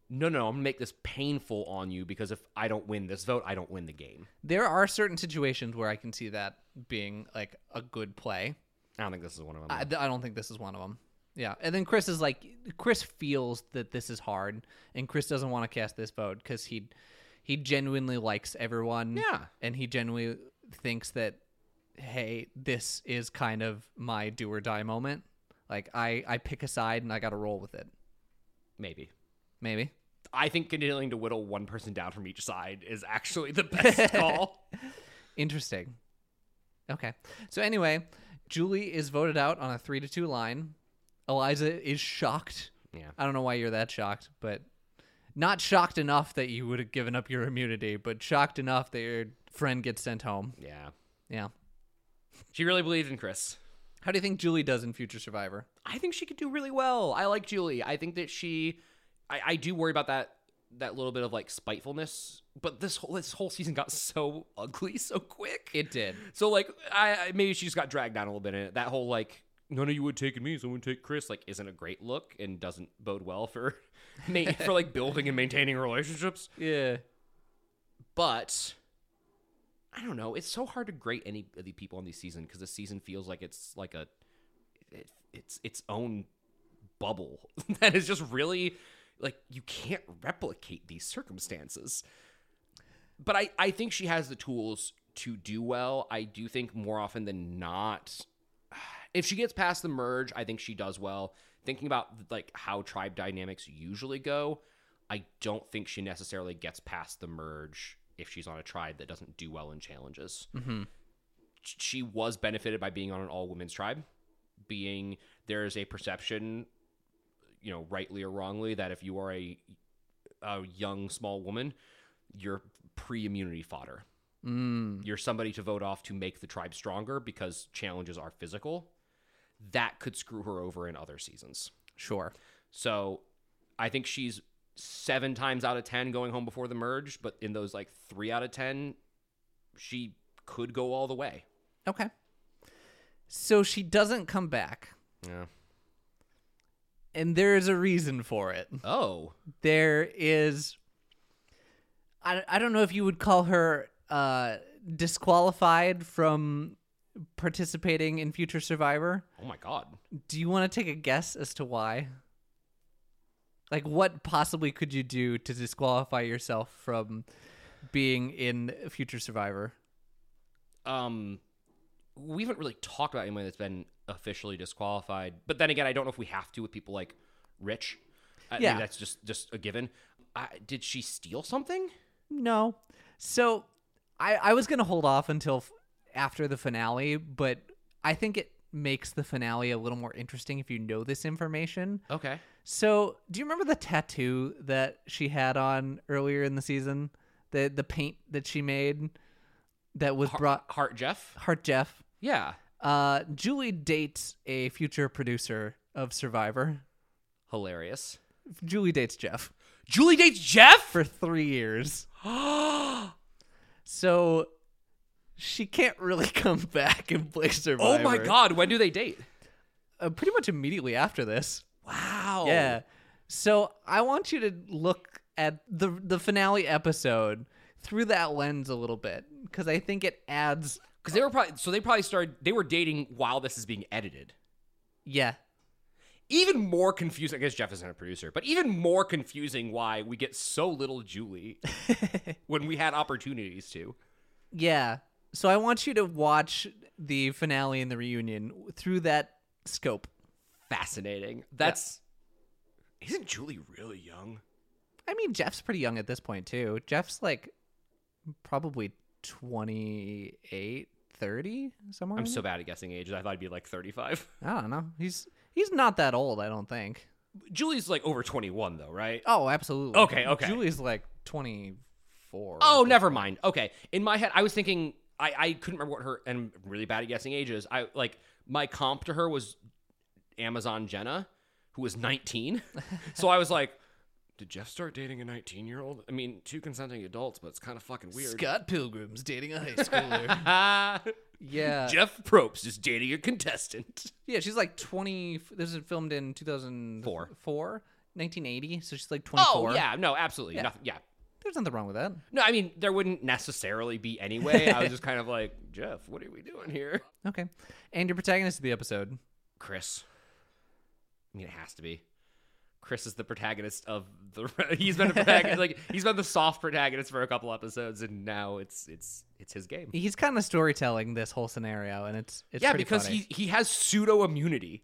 Speaker 2: No, no, I'm gonna make this painful on you because if I don't win this vote, I don't win the game.
Speaker 1: there are certain situations where I can see that being like a good play.
Speaker 2: I don't think this is one of them.
Speaker 1: I, I don't think this is one of them. Yeah, and then Chris is like, Chris feels that this is hard, and Chris doesn't want to cast this vote because he he genuinely likes everyone.
Speaker 2: Yeah.
Speaker 1: and he genuinely thinks that hey, this is kind of my do or die moment. Like I I pick a side and I got to roll with it.
Speaker 2: Maybe.
Speaker 1: Maybe.
Speaker 2: I think continuing to whittle one person down from each side is actually the best call.
Speaker 1: Interesting. Okay. So anyway, Julie is voted out on a three to two line. Eliza is shocked.
Speaker 2: Yeah.
Speaker 1: I don't know why you're that shocked, but not shocked enough that you would have given up your immunity, but shocked enough that your friend gets sent home.
Speaker 2: Yeah.
Speaker 1: Yeah.
Speaker 2: She really believed in Chris.
Speaker 1: How do you think Julie does in Future Survivor?
Speaker 2: I think she could do really well. I like Julie. I think that she I, I do worry about that that little bit of like spitefulness, but this whole this whole season got so ugly so quick.
Speaker 1: It did.
Speaker 2: so like I, I maybe she just got dragged down a little bit in it. That whole like none of you would take me, so I would take Chris like isn't a great look and doesn't bode well for ma- for like building and maintaining relationships.
Speaker 1: Yeah.
Speaker 2: but I don't know. It's so hard to grade any of the people on the season because the season feels like it's like a it, it's its own bubble that is just really like you can't replicate these circumstances. But I I think she has the tools to do well. I do think more often than not if she gets past the merge, I think she does well. Thinking about like how tribe dynamics usually go, I don't think she necessarily gets past the merge if she's on a tribe that doesn't do well in challenges.
Speaker 1: Mm-hmm.
Speaker 2: She was benefited by being on an all women's tribe, being there is a perception, you know, rightly or wrongly, that if you are a a young small woman, you're pre immunity fodder
Speaker 1: Mm.
Speaker 2: you're somebody to vote off to make the tribe stronger because challenges are physical, that could screw her over in other seasons.
Speaker 1: Sure.
Speaker 2: So I think she's seven times out of 10 going home before the merge, but in those like three out of 10, she could go all the way.
Speaker 1: Okay. So she doesn't come back,
Speaker 2: Yeah.
Speaker 1: and there is a reason for it.
Speaker 2: Oh,
Speaker 1: there is I, I don't know if you would call her uh disqualified from participating in future survivor
Speaker 2: oh my God.
Speaker 1: do you want to take a guess as to why like what possibly could you do to disqualify yourself from being in future survivor
Speaker 2: Um, we haven't really talked about anyone that's been officially disqualified. But then again, I don't know if we have to with people like Rich. I mean,
Speaker 1: Yeah.
Speaker 2: that's just just a given. I, did she steal something?
Speaker 1: No. So I I was going to hold off until f- after the finale, but I think it makes the finale a little more interesting if you know this information.
Speaker 2: Okay.
Speaker 1: So, do you remember the tattoo that she had on earlier in the season? The the paint that she made that was brought
Speaker 2: Heart Jeff.
Speaker 1: Heart Jeff.
Speaker 2: Yeah.
Speaker 1: Uh, Julie dates a future producer of Survivor.
Speaker 2: Hilarious.
Speaker 1: Julie dates Jeff
Speaker 2: Julie dates Jeff.
Speaker 1: for three years. So she can't really come back and play Survivor.
Speaker 2: Oh my god, when do they date?
Speaker 1: Uh, pretty much immediately after this.
Speaker 2: Wow.
Speaker 1: Yeah. So I want you to look at the the finale episode through that lens a little bit because I think it adds.
Speaker 2: Cuz they were probably so they probably started they were dating while this is being edited.
Speaker 1: Yeah.
Speaker 2: Even more confusing. I guess Jeff isn't a producer, but even more confusing why we get so little Julie when we had opportunities to.
Speaker 1: Yeah. So I want you to watch the finale and the reunion through that scope.
Speaker 2: Fascinating. That's Isn't Julie really young?
Speaker 1: I mean, Jeff's pretty young at this point, too. Jeff's like probably 28, 30, somewhere.
Speaker 2: I'm
Speaker 1: in
Speaker 2: so bad at guessing ages. I thought I'd be like 35.
Speaker 1: there. I don't know. He's he's not that old, I don't think.
Speaker 2: Julie's like over 21 though, right?
Speaker 1: Oh, absolutely.
Speaker 2: Okay, okay.
Speaker 1: Julie's like 24.
Speaker 2: Oh, never mind. Okay. In my head, I was thinking I, I couldn't remember what her and I'm really bad at guessing ages. I like my comp to her was Amazon Jenna, who was 19. so I was like, did Jeff start dating a 19 year old? I mean, two consenting adults, but it's kind of fucking weird.
Speaker 1: Scott Pilgrim's dating a high schooler. yeah.
Speaker 2: Jeff Probst is dating a contestant.
Speaker 1: Yeah, she's like 20. This is filmed in 2004.
Speaker 2: Four.
Speaker 1: 1980. So she's like 24.
Speaker 2: Oh yeah, no, absolutely,
Speaker 1: Yeah.
Speaker 2: nothing. Yeah,
Speaker 1: There's nothing wrong with that.
Speaker 2: no, I mean there wouldn't necessarily be anyway. I was just kind of like, Jeff, what are we doing here?
Speaker 1: Okay. And your protagonist of the episode.
Speaker 2: Chris. I mean, it has to be. Chris is the protagonist of the. He's been a protagonist, like he's been the soft protagonist for a couple episodes, and now it's it's it's his game.
Speaker 1: He's kind of storytelling this whole scenario, and it's, it's
Speaker 2: yeah,
Speaker 1: pretty
Speaker 2: because
Speaker 1: funny.
Speaker 2: he he has pseudo immunity.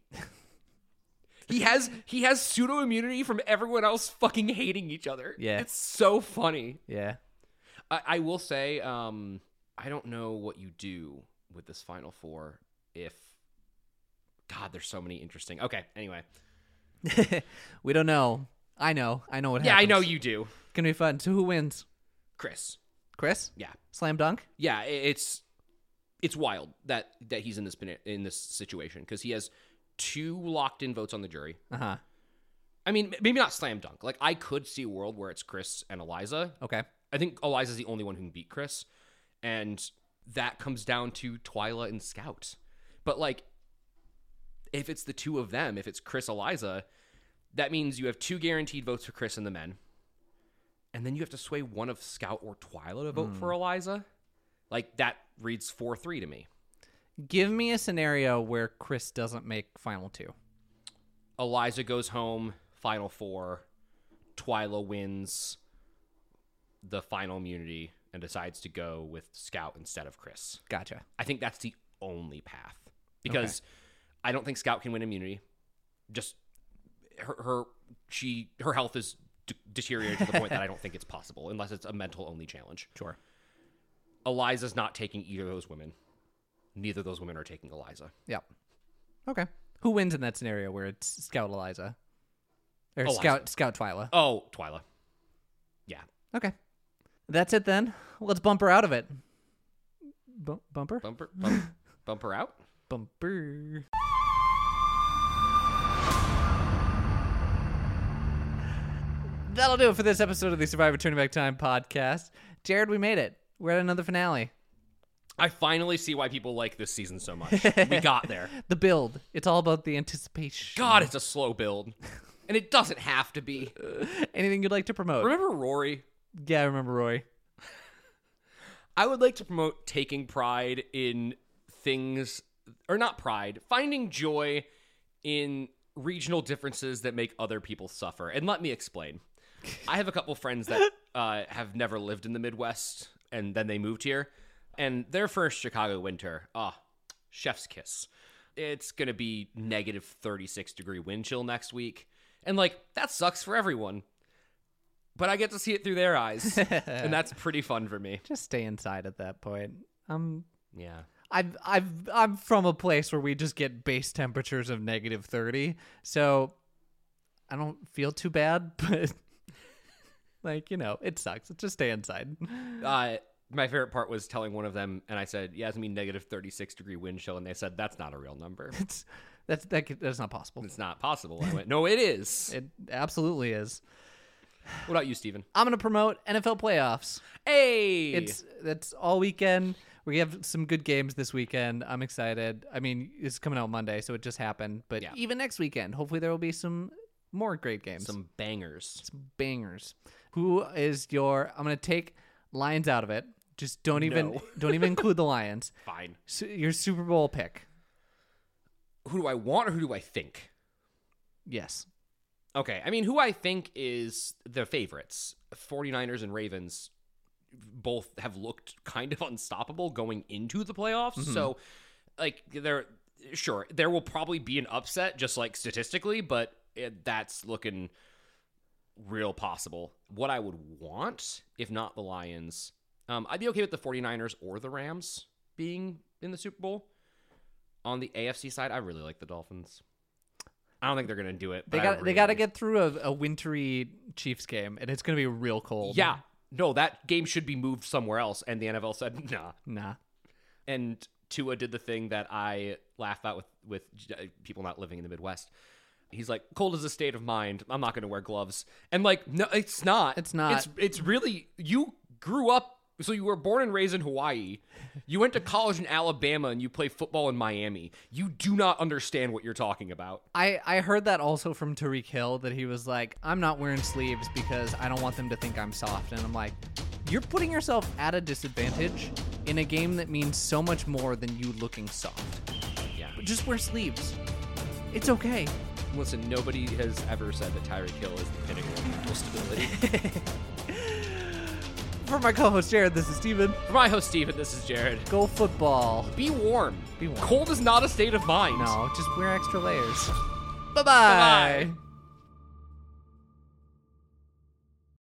Speaker 2: he has he has pseudo immunity from everyone else fucking hating each other.
Speaker 1: Yeah.
Speaker 2: it's so funny.
Speaker 1: Yeah.
Speaker 2: I, I will say, um, I don't know what you do with this final four if. God, there's so many interesting. Okay, anyway.
Speaker 1: we don't know. I know. I know what
Speaker 2: Yeah, I
Speaker 1: happens.
Speaker 2: know you do.
Speaker 1: It's going to be fun. So who wins?
Speaker 2: Chris.
Speaker 1: Chris?
Speaker 2: Yeah,
Speaker 1: Slam dunk?
Speaker 2: yeah. i- It's it's wild that that he's in this bene- in this situation because he has two locked in votes on the jury.
Speaker 1: Uh huh.
Speaker 2: I mean, m- maybe not slam dunk. Like I could see a world where it's Chris and Eliza.
Speaker 1: Okay.
Speaker 2: I think Eliza's the only one who can beat Chris, and that comes down to Twyla and Scout. But like, if it's the two of them, if it's Chris Eliza, that means you have two guaranteed votes for Chris and the men, and then you have to sway one of Scout or Twyla to vote for Eliza. Like that reads four three to me.
Speaker 1: Give me a scenario where Chris doesn't make final two.
Speaker 2: Eliza goes home, final four. Twyla wins the final immunity and decides to go with Scout instead of Chris.
Speaker 1: Gotcha.
Speaker 2: I think that's the only path because I don't think Scout can win immunity. Just her, her she her health is de- deteriorating to the point that I don't think it's possible unless it's a mental only challenge.
Speaker 1: Sure.
Speaker 2: Eliza's not taking either of those women. Neither of those women are taking Eliza.
Speaker 1: Yeah. Okay. Who wins in that scenario where it's Scout Eliza? Or
Speaker 2: Eliza.
Speaker 1: Scout Scout Twyla.
Speaker 2: Oh, Twyla. Yeah.
Speaker 1: Okay. That's it then. Let's bumper out of it. Bu- bumper?
Speaker 2: Bumper bump, bumper out.
Speaker 1: Bumper. That'll do it for this episode of the Survivor Turning Back Time podcast. Jared, we made it. We're at another finale.
Speaker 2: I finally see why people like this season so much. we got there.
Speaker 1: The build. It's all about the anticipation.
Speaker 2: God, it's a slow build. And it doesn't have to be.
Speaker 1: Anything you'd like to promote?
Speaker 2: Remember Rory?
Speaker 1: yeah, I remember Roy.
Speaker 2: I would like to promote taking pride in things, or not pride, finding joy in regional differences that make other people suffer. And let me explain. I have a couple friends that uh, have never lived in the Midwest and then they moved here. And their first Chicago winter, ah, Chef's kiss. It's going to be negative 36 degree wind chill next week. And like, that sucks for everyone. But I get to see it through their eyes. and that's pretty fun for me.
Speaker 1: Just stay inside at that point. I'm
Speaker 2: Yeah.
Speaker 1: I've I've I'm from a place where we just get base temperatures of negative thirty, so I don't feel too bad, but like, you know, it sucks. Just stay inside.
Speaker 2: Uh, my favorite part was telling one of them, and I said, "Yeah, it's gonna be negative thirty-six degree wind chill," and they said, "That's not a real number.
Speaker 1: It's that's that, c- that's not possible.
Speaker 2: It's not possible." I went, "No, it is."
Speaker 1: It absolutely is.
Speaker 2: What about you, Steven?
Speaker 1: I'm gonna promote NFL playoffs.
Speaker 2: Hey,
Speaker 1: It's that's all weekend. We have some good games this weekend. I'm excited. I mean, it's coming out Monday, so it just happened. But
Speaker 2: Yeah.
Speaker 1: even next weekend, hopefully there will be some more great games.
Speaker 2: some bangers.
Speaker 1: Some bangers. Who is your? I'm gonna take Lions out of it. Just don't even
Speaker 2: No.
Speaker 1: don't even include the Lions.
Speaker 2: Fine.
Speaker 1: Su- your Super Bowl pick.
Speaker 2: Who do I want, or who do I think?
Speaker 1: Yes.
Speaker 2: Okay, I mean, who I think is the favorites, 49ers and Ravens both have looked kind of unstoppable going into the playoffs.
Speaker 1: Mm-hmm.
Speaker 2: So, like, they're sure there will probably be an upset, just like statistically, but it, that's looking real possible. What I would want, if not the Lions, um, I'd be okay with the 49ers or the Rams being in the Super Bowl. On the AFC side, I really like the Dolphins. I don't think they're going to do it.
Speaker 1: They
Speaker 2: but I
Speaker 1: got they
Speaker 2: really
Speaker 1: got to get through a, a wintry Chiefs game, and it's gonna be real cold.
Speaker 2: Yeah. No, that game should be moved somewhere else. And the NFL said, nah.
Speaker 1: Nah.
Speaker 2: And Tua did the thing that I laugh about with, with uh, people not living in the Midwest. He's like, cold is a state of mind. I'm not going to wear gloves. And like, no, it's not.
Speaker 1: It's not.
Speaker 2: It's, it's really, you grew up, so you were born and raised in Hawaii. You went to college in Alabama and you play football in Miami. You do not understand what you're talking about.
Speaker 1: I, I heard that also from Tariq Hill that he was like, I'm not wearing sleeves because I don't want them to think I'm soft. And I'm like, you're putting yourself at a disadvantage in a game that means so much more than you looking soft.
Speaker 2: Yeah.
Speaker 1: Just wear sleeves. It's okay.
Speaker 2: Listen, nobody has ever said that Tyreek Hill is the pinnacle of mental stability.
Speaker 1: For my co host Jared, this is Steven.
Speaker 2: For my host, Steven, this is Jared.
Speaker 1: Go football.
Speaker 2: Be warm.
Speaker 1: Be warm.
Speaker 2: Cold is not a state of mind.
Speaker 1: No, just wear extra layers. Bye-bye.
Speaker 2: Bye-bye.